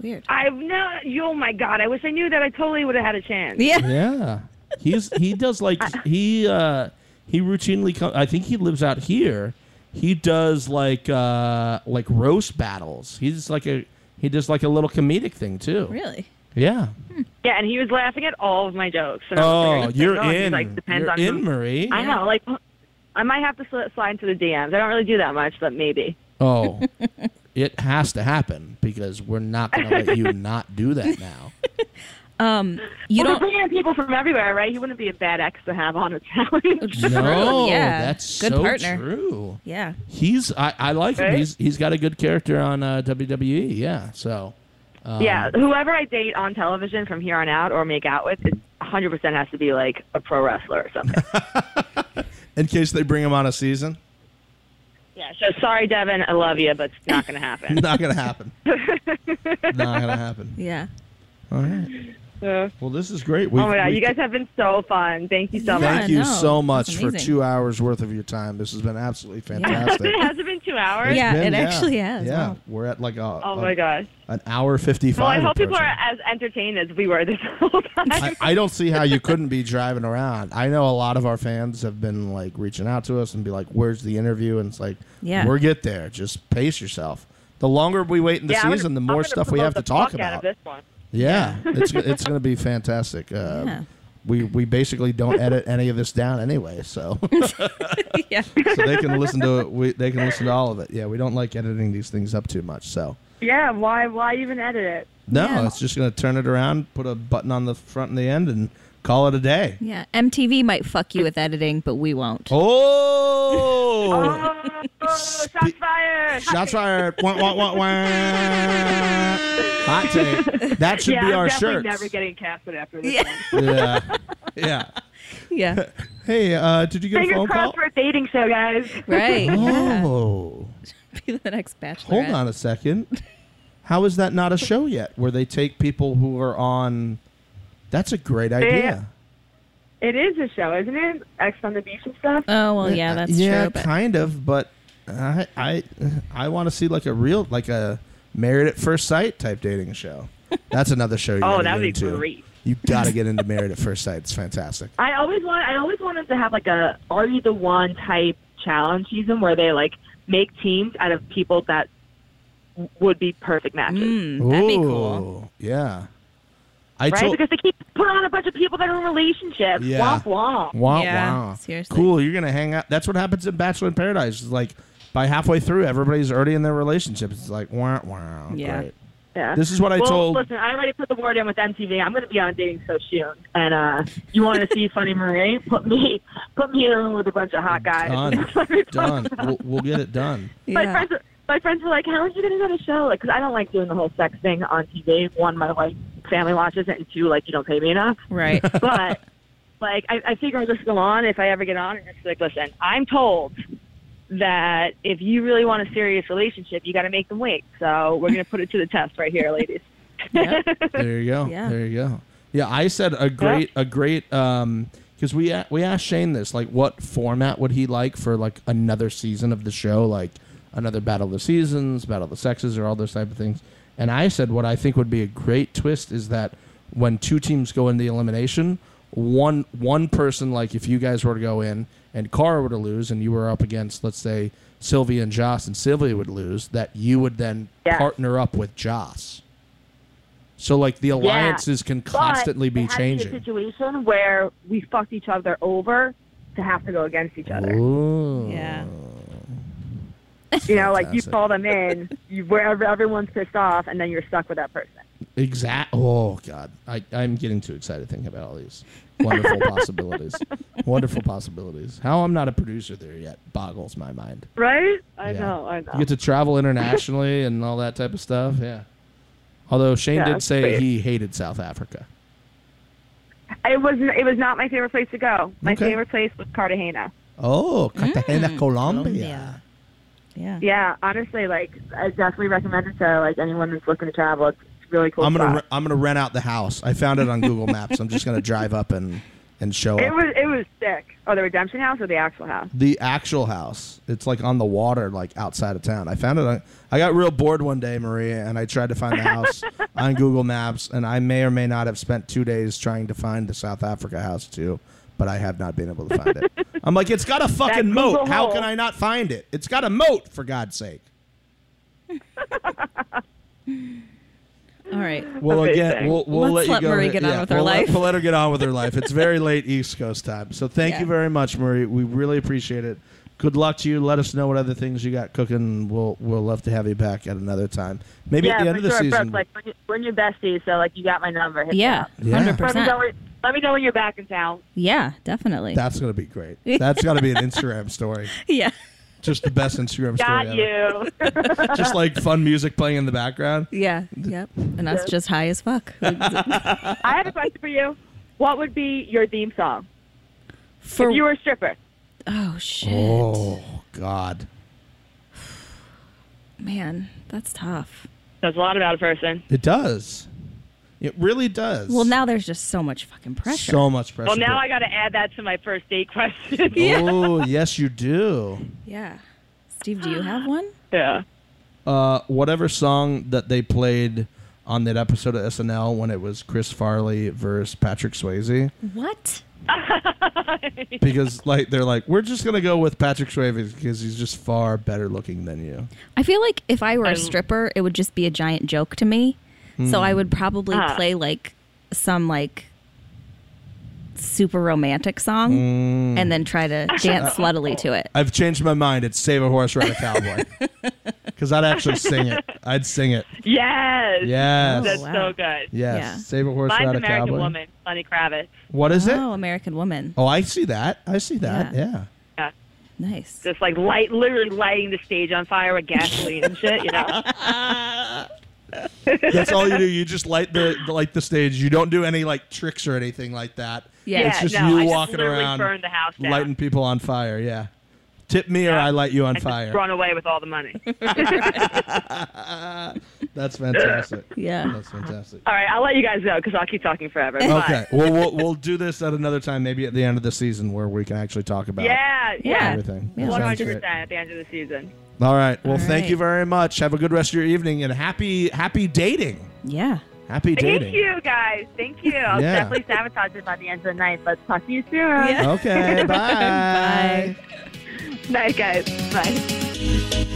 B: Weird.
F: I know. Oh my god! I wish I knew that. I totally would have had a chance.
B: Yeah.
A: yeah he's he does like
F: [LAUGHS]
A: he uh he routinely come i think he lives out here he does like uh like roast battles he's like a he does like a little comedic thing too
B: [LAUGHS] Really?
A: yeah
F: Yeah, and he was laughing at all of my jokes. And I was
A: oh
F: like,
A: you're
F: "Oh," [LAUGHS] he's
A: in
F: Like, depends
A: you're
F: on
A: in
F: who-
A: marie
F: I know. Like, I might have to sli- slide into the DMs. I don't really do that much, but maybe. [LAUGHS]
A: Oh, it has to happen because we're not going to
F: [LAUGHS]
A: let you not do that now.
B: You
F: well,
B: don't
F: they're bringing in people from everywhere, right? He wouldn't be a bad ex to have on a challenge.
B: [LAUGHS]
A: No,
B: yeah.
A: that's
B: Good
A: so
B: partner.
A: true.
B: Yeah.
A: He's I, I like him.
F: Right?
A: He's he's got a good character on uh, WWE. Yeah, so
F: [LAUGHS] yeah, whoever I date on television from here on out or make out with, is 100% has to be like a pro wrestler or
A: [LAUGHS]
F: something.
A: in case they bring him on a season, [LAUGHS]
F: yeah. So sorry, Devin. I love you, but it's not gonna
A: [LAUGHS]
F: happen.
A: not going to
F: [LAUGHS]
A: happen. not going to happen.
B: Yeah.
A: All right.
F: Yeah.
A: Well, this is great.
F: Oh my god, you guys have been so fun. Thank you
A: [LAUGHS]
B: Yeah.
F: so much. [LAUGHS]
A: Thank you
B: no,
A: so
B: that's
A: much for
B: amazing.
A: two hours worth of your time. This has been absolutely fantastic.
F: [LAUGHS] Has it been two hours?
A: It's
B: Yeah,
A: been-
B: it actually has.
A: Yeah,
B: Wow.
A: we're at like a,
F: Oh
A: a-
F: my gosh.
A: an hour fifty-five.
F: Well, I hope people
A: approaching.
F: are as entertained as we were this whole time.
A: I, I don't see how you couldn't be driving around. I know a lot of our fans have been like reaching out to us and be like, "Where's the interview?" And it's like,
B: Yeah.
A: we'll get there. Just pace yourself." The longer we wait in the
F: [LAUGHS] Yeah, I'm gonna-
A: season, the
F: I'm
A: more
F: gonna
A: stuff we
F: promote
A: have to
F: the
A: talk
F: fuck out of
A: about.
F: this one.
A: Yeah, it's it's going to be fantastic. Uh,
B: Yeah.
A: We we basically don't edit any of this down anyway, so
B: yeah.
A: so they can listen to it. We, they can listen to all of it. Yeah, we don't like editing these things up too much. So
F: Yeah, why why even edit it?
A: No,
B: Yeah.
A: it's just going to turn it around, put a button on the front and the end, and call it a day.
B: [LAUGHS] Yeah, MTV might fuck you with editing, but we won't.
A: Oh!
C: [LAUGHS] Oh, shots fired!
A: Shots fired. Wah, wah, wah, wah. Hot take. That should
F: yeah,
A: be
F: I'm
A: our
F: definitely
A: shirt.
F: never getting casted after this.
B: Yeah,
A: yeah. Yeah. [LAUGHS]
B: yeah,
A: Hey, uh, did you get a
C: Fingers
A: phone call?
C: crossed for a dating show, guys.
B: right. Yeah.
A: Oh.
B: [LAUGHS] Be the next bachelor.
A: Hold on a
B: [LAUGHS]
A: second. How is that not a show yet where they take people who are on. That's a great idea.
C: It is a show, isn't it? X on the beach and stuff.
B: Oh well,
F: Uh,
B: yeah, that's
A: yeah,
B: true. But
A: kind of, but I I I want to see like a real like a married at first sight type dating
B: [LAUGHS]
A: show. That's another show. You
F: Oh,
A: gotta
F: that'd
A: get
F: be
A: into.
F: great. [LAUGHS]
A: You got to get into married at first sight. It's fantastic.
C: I always want. I always wanted to have like a "Are You the One" type challenge season where they like make teams out of people that w- would be perfect matches,
B: mm, that'd be cool.
A: Ooh, Yeah. I
C: right?
A: told.
C: because they keep putting on a bunch of people that are in relationships.
A: Yeah.
C: Womp womp.
A: Wow,
B: Yeah,
A: wow.
B: seriously.
A: Cool. You're gonna hang out. That's what happens in Bachelor in Paradise. It's like by halfway through, everybody's already in their relationships. It's like wow, wow.
B: Yeah.
A: Great.
C: Yeah.
A: This is what I
C: well,
A: told.
C: listen, I already put the word in with MTV. I'm going to be on dating so soon, and uh, you want to
A: [LAUGHS]
C: see Funny Marie? Put me, put me in a room with a bunch of hot guys. [LAUGHS]
A: Done. done. We'll, we'll get it done.
C: My
B: Yeah.
C: friends, my friends were like, "How are you going to go to show?" Like, 'cause I don't like doing the whole sex thing on TV. One, my like family watches it, and two, like you don't pay me enough.
A: [LAUGHS]
B: Right.
C: But like, I, I figure I'll just go on if I ever get on, and just be like, listen, I'm told that if you really want a serious relationship, you got to make them wait. So we're going to put it to the test right here,
A: [LAUGHS]
C: ladies.
B: Yep.
A: There you go.
B: Yeah.
A: There you go. Yeah, I said a great, a great, um, because we a- we asked Shane this, like, what format would he like for like another season of the show, like another Battle of the Seasons, Battle of the Sexes, or all those type of things. And I said what I think would be a great twist is that when two teams go into elimination, one one person, like if you guys were to go in and Cara were to lose, and you were up against, let's say Sylvia and Joss, and Sylvia would lose, that you would then
C: Yeah.
A: partner up with Joss. So like the alliances can constantly
C: but
A: be
C: it had to a
A: changing.
C: situation where we fucked each other over to have to go against each other.
A: Ooh.
B: Yeah.
C: You know, like you
A: Fantastic.
C: call them in, you, where everyone's pissed off, and then you're stuck with that person.
A: Exact. Oh God, I, I'm getting too excited thinking about all these
C: [LAUGHS]
A: wonderful possibilities. Wonderful possibilities. How I'm not a producer there yet boggles my mind.
C: Right? I
A: Yeah.
C: know, I know.
A: You get to travel internationally and all that type of stuff. Yeah. Although Shane
C: Yeah,
A: did
C: it's
A: say
C: great.
A: he hated South Africa.
C: It was it was not my favorite place to go. My
A: Okay.
C: favorite place was Cartagena.
A: Oh, Cartagena,
B: Mm. Colombia. Yeah.
C: Yeah, honestly, like I definitely recommend it to like anyone that's looking to travel. It's it's a really cool.
A: I'm gonna re-
C: spot.
A: I'm gonna rent out the house. I found it on Google Maps. I'm just gonna drive up and and show
C: it
A: up.
C: was it was sick. Oh, the Redemption House or the actual house?
A: the actual house. It's like on the water, like outside of town. I found it. On, I got real bored one day, Maria, and I tried to find the
C: [LAUGHS]
A: house on Google Maps. And I may or may not have spent two days trying to find the South Africa house too, but I have not been able to find
C: [LAUGHS]
A: it. I'm like, it's got a fucking
C: Google
A: moat. How
C: hole.
A: can I not find it? It's got a moat, for God's sake.
B: All right.
A: Well, again,
C: Amazing.
A: we'll, we'll let
B: Let's
A: you
B: let
A: go.
B: Marie
A: ahead.
B: get on with her
A: we'll
B: life.
A: Let, we'll let her get on with her life. It's
B: [LAUGHS]
A: very late East Coast time. So thank
B: Yeah.
A: you very much, Marie. We really appreciate it. Good luck to you. Let us know what other things you got cooking. We'll we'll love to have you back at another time. Maybe
C: yeah,
A: at the end
C: for
A: of the
C: sure,
A: season.
C: Brooke, like we're, your- we're your besties, so like you got my number. Hit me
B: Yeah.
C: up.
A: Yeah.
B: Hundred
C: Let me know
B: percent.
C: when, let me know when you're back in town.
B: Yeah. Definitely.
A: that's gonna be great. That's gotta be an Instagram story.
B: [LAUGHS] Yeah.
A: Just the best Instagram
C: Got
A: story ever.
C: you. [LAUGHS]
A: Just like fun music playing in the
B: [LAUGHS]
A: background.
B: Yeah. Yep. And that's just high
A: [LAUGHS]
B: as fuck.
C: I have a question for you. What would be your theme song
B: For
C: if you were a stripper?
B: oh shit,
A: Oh God.
B: man, that's tough.
F: That's a lot about a person.
A: It does. It really does.
B: Well, now there's just so much fucking pressure.
A: so much pressure.
F: Well, now I got to add that to my first date
A: [LAUGHS]
F: question.
C: [LAUGHS]
A: Oh yes, you do.
B: yeah. Steve, do you have one?
F: yeah.
A: uh, whatever song that they played on that episode of SNL when it was Chris Farley versus Patrick
B: [LAUGHS]
A: Swayze
B: What?
A: because like they're like we're just gonna go with Patrick Swayze because he's just far better looking than you.
B: I feel like if I were a
F: I'm-
B: stripper, it would just be a giant joke to me. So I would probably
F: Ah.
B: play like some like super romantic song
A: Hmm.
B: and then try to dance sluttily to it. [LAUGHS]
A: I've changed my mind. It's Save a Horse, Ride a Cowboy because I'd actually sing it. I'd sing it.
C: Yes.
A: Yes.
C: That's
B: Oh,
C: so
B: wow.
C: good.
A: Yes.
B: Yeah.
A: Save a horse
C: Mine's
A: without a
C: American
A: cowboy.
C: Woman, Lenny Kravitz.
A: What is
B: Oh,
A: it?
B: American Woman.
A: Oh, I see that. I see that.
B: Yeah.
A: Yeah.
B: Nice.
C: Just like light, literally lighting the stage on fire with gasoline and shit, you
B: [LAUGHS]
C: know?
A: That's all you do. You just light the, the light the stage. You don't do any like tricks or anything like that.
B: Yeah.
A: It's just
C: no,
A: you
C: I
A: walking
C: just literally
A: around
C: burned the house down.
A: lighting people on fire. Yeah. Tip me or
C: Yeah.
A: I light you on
C: I just
A: fire.
C: run away with all the money.
A: That's
C: [LAUGHS]
A: fantastic.
B: Yeah.
A: That's fantastic.
C: all right, I'll let you guys go because I'll keep talking forever. but-
A: Okay. well, we'll we'll do this at another time, maybe at the end of the season, where we can actually talk about
C: Yeah, yeah.
A: everything.
B: Yeah.
A: That sounds
C: 100%
A: great.
C: at the end of the season.
A: All right. Well,
B: All
A: thank
B: right.
A: you very much. Have a good rest of your evening and happy happy dating.
B: Yeah.
A: Happy
C: Thank
A: dating.
C: you, guys. Thank you. I'll
A: Yeah.
C: definitely sabotage it by the end of the night, but talk to you soon.
B: Yeah.
C: [LAUGHS]
A: Okay. bye.
B: Bye.
C: Night, guys. Bye.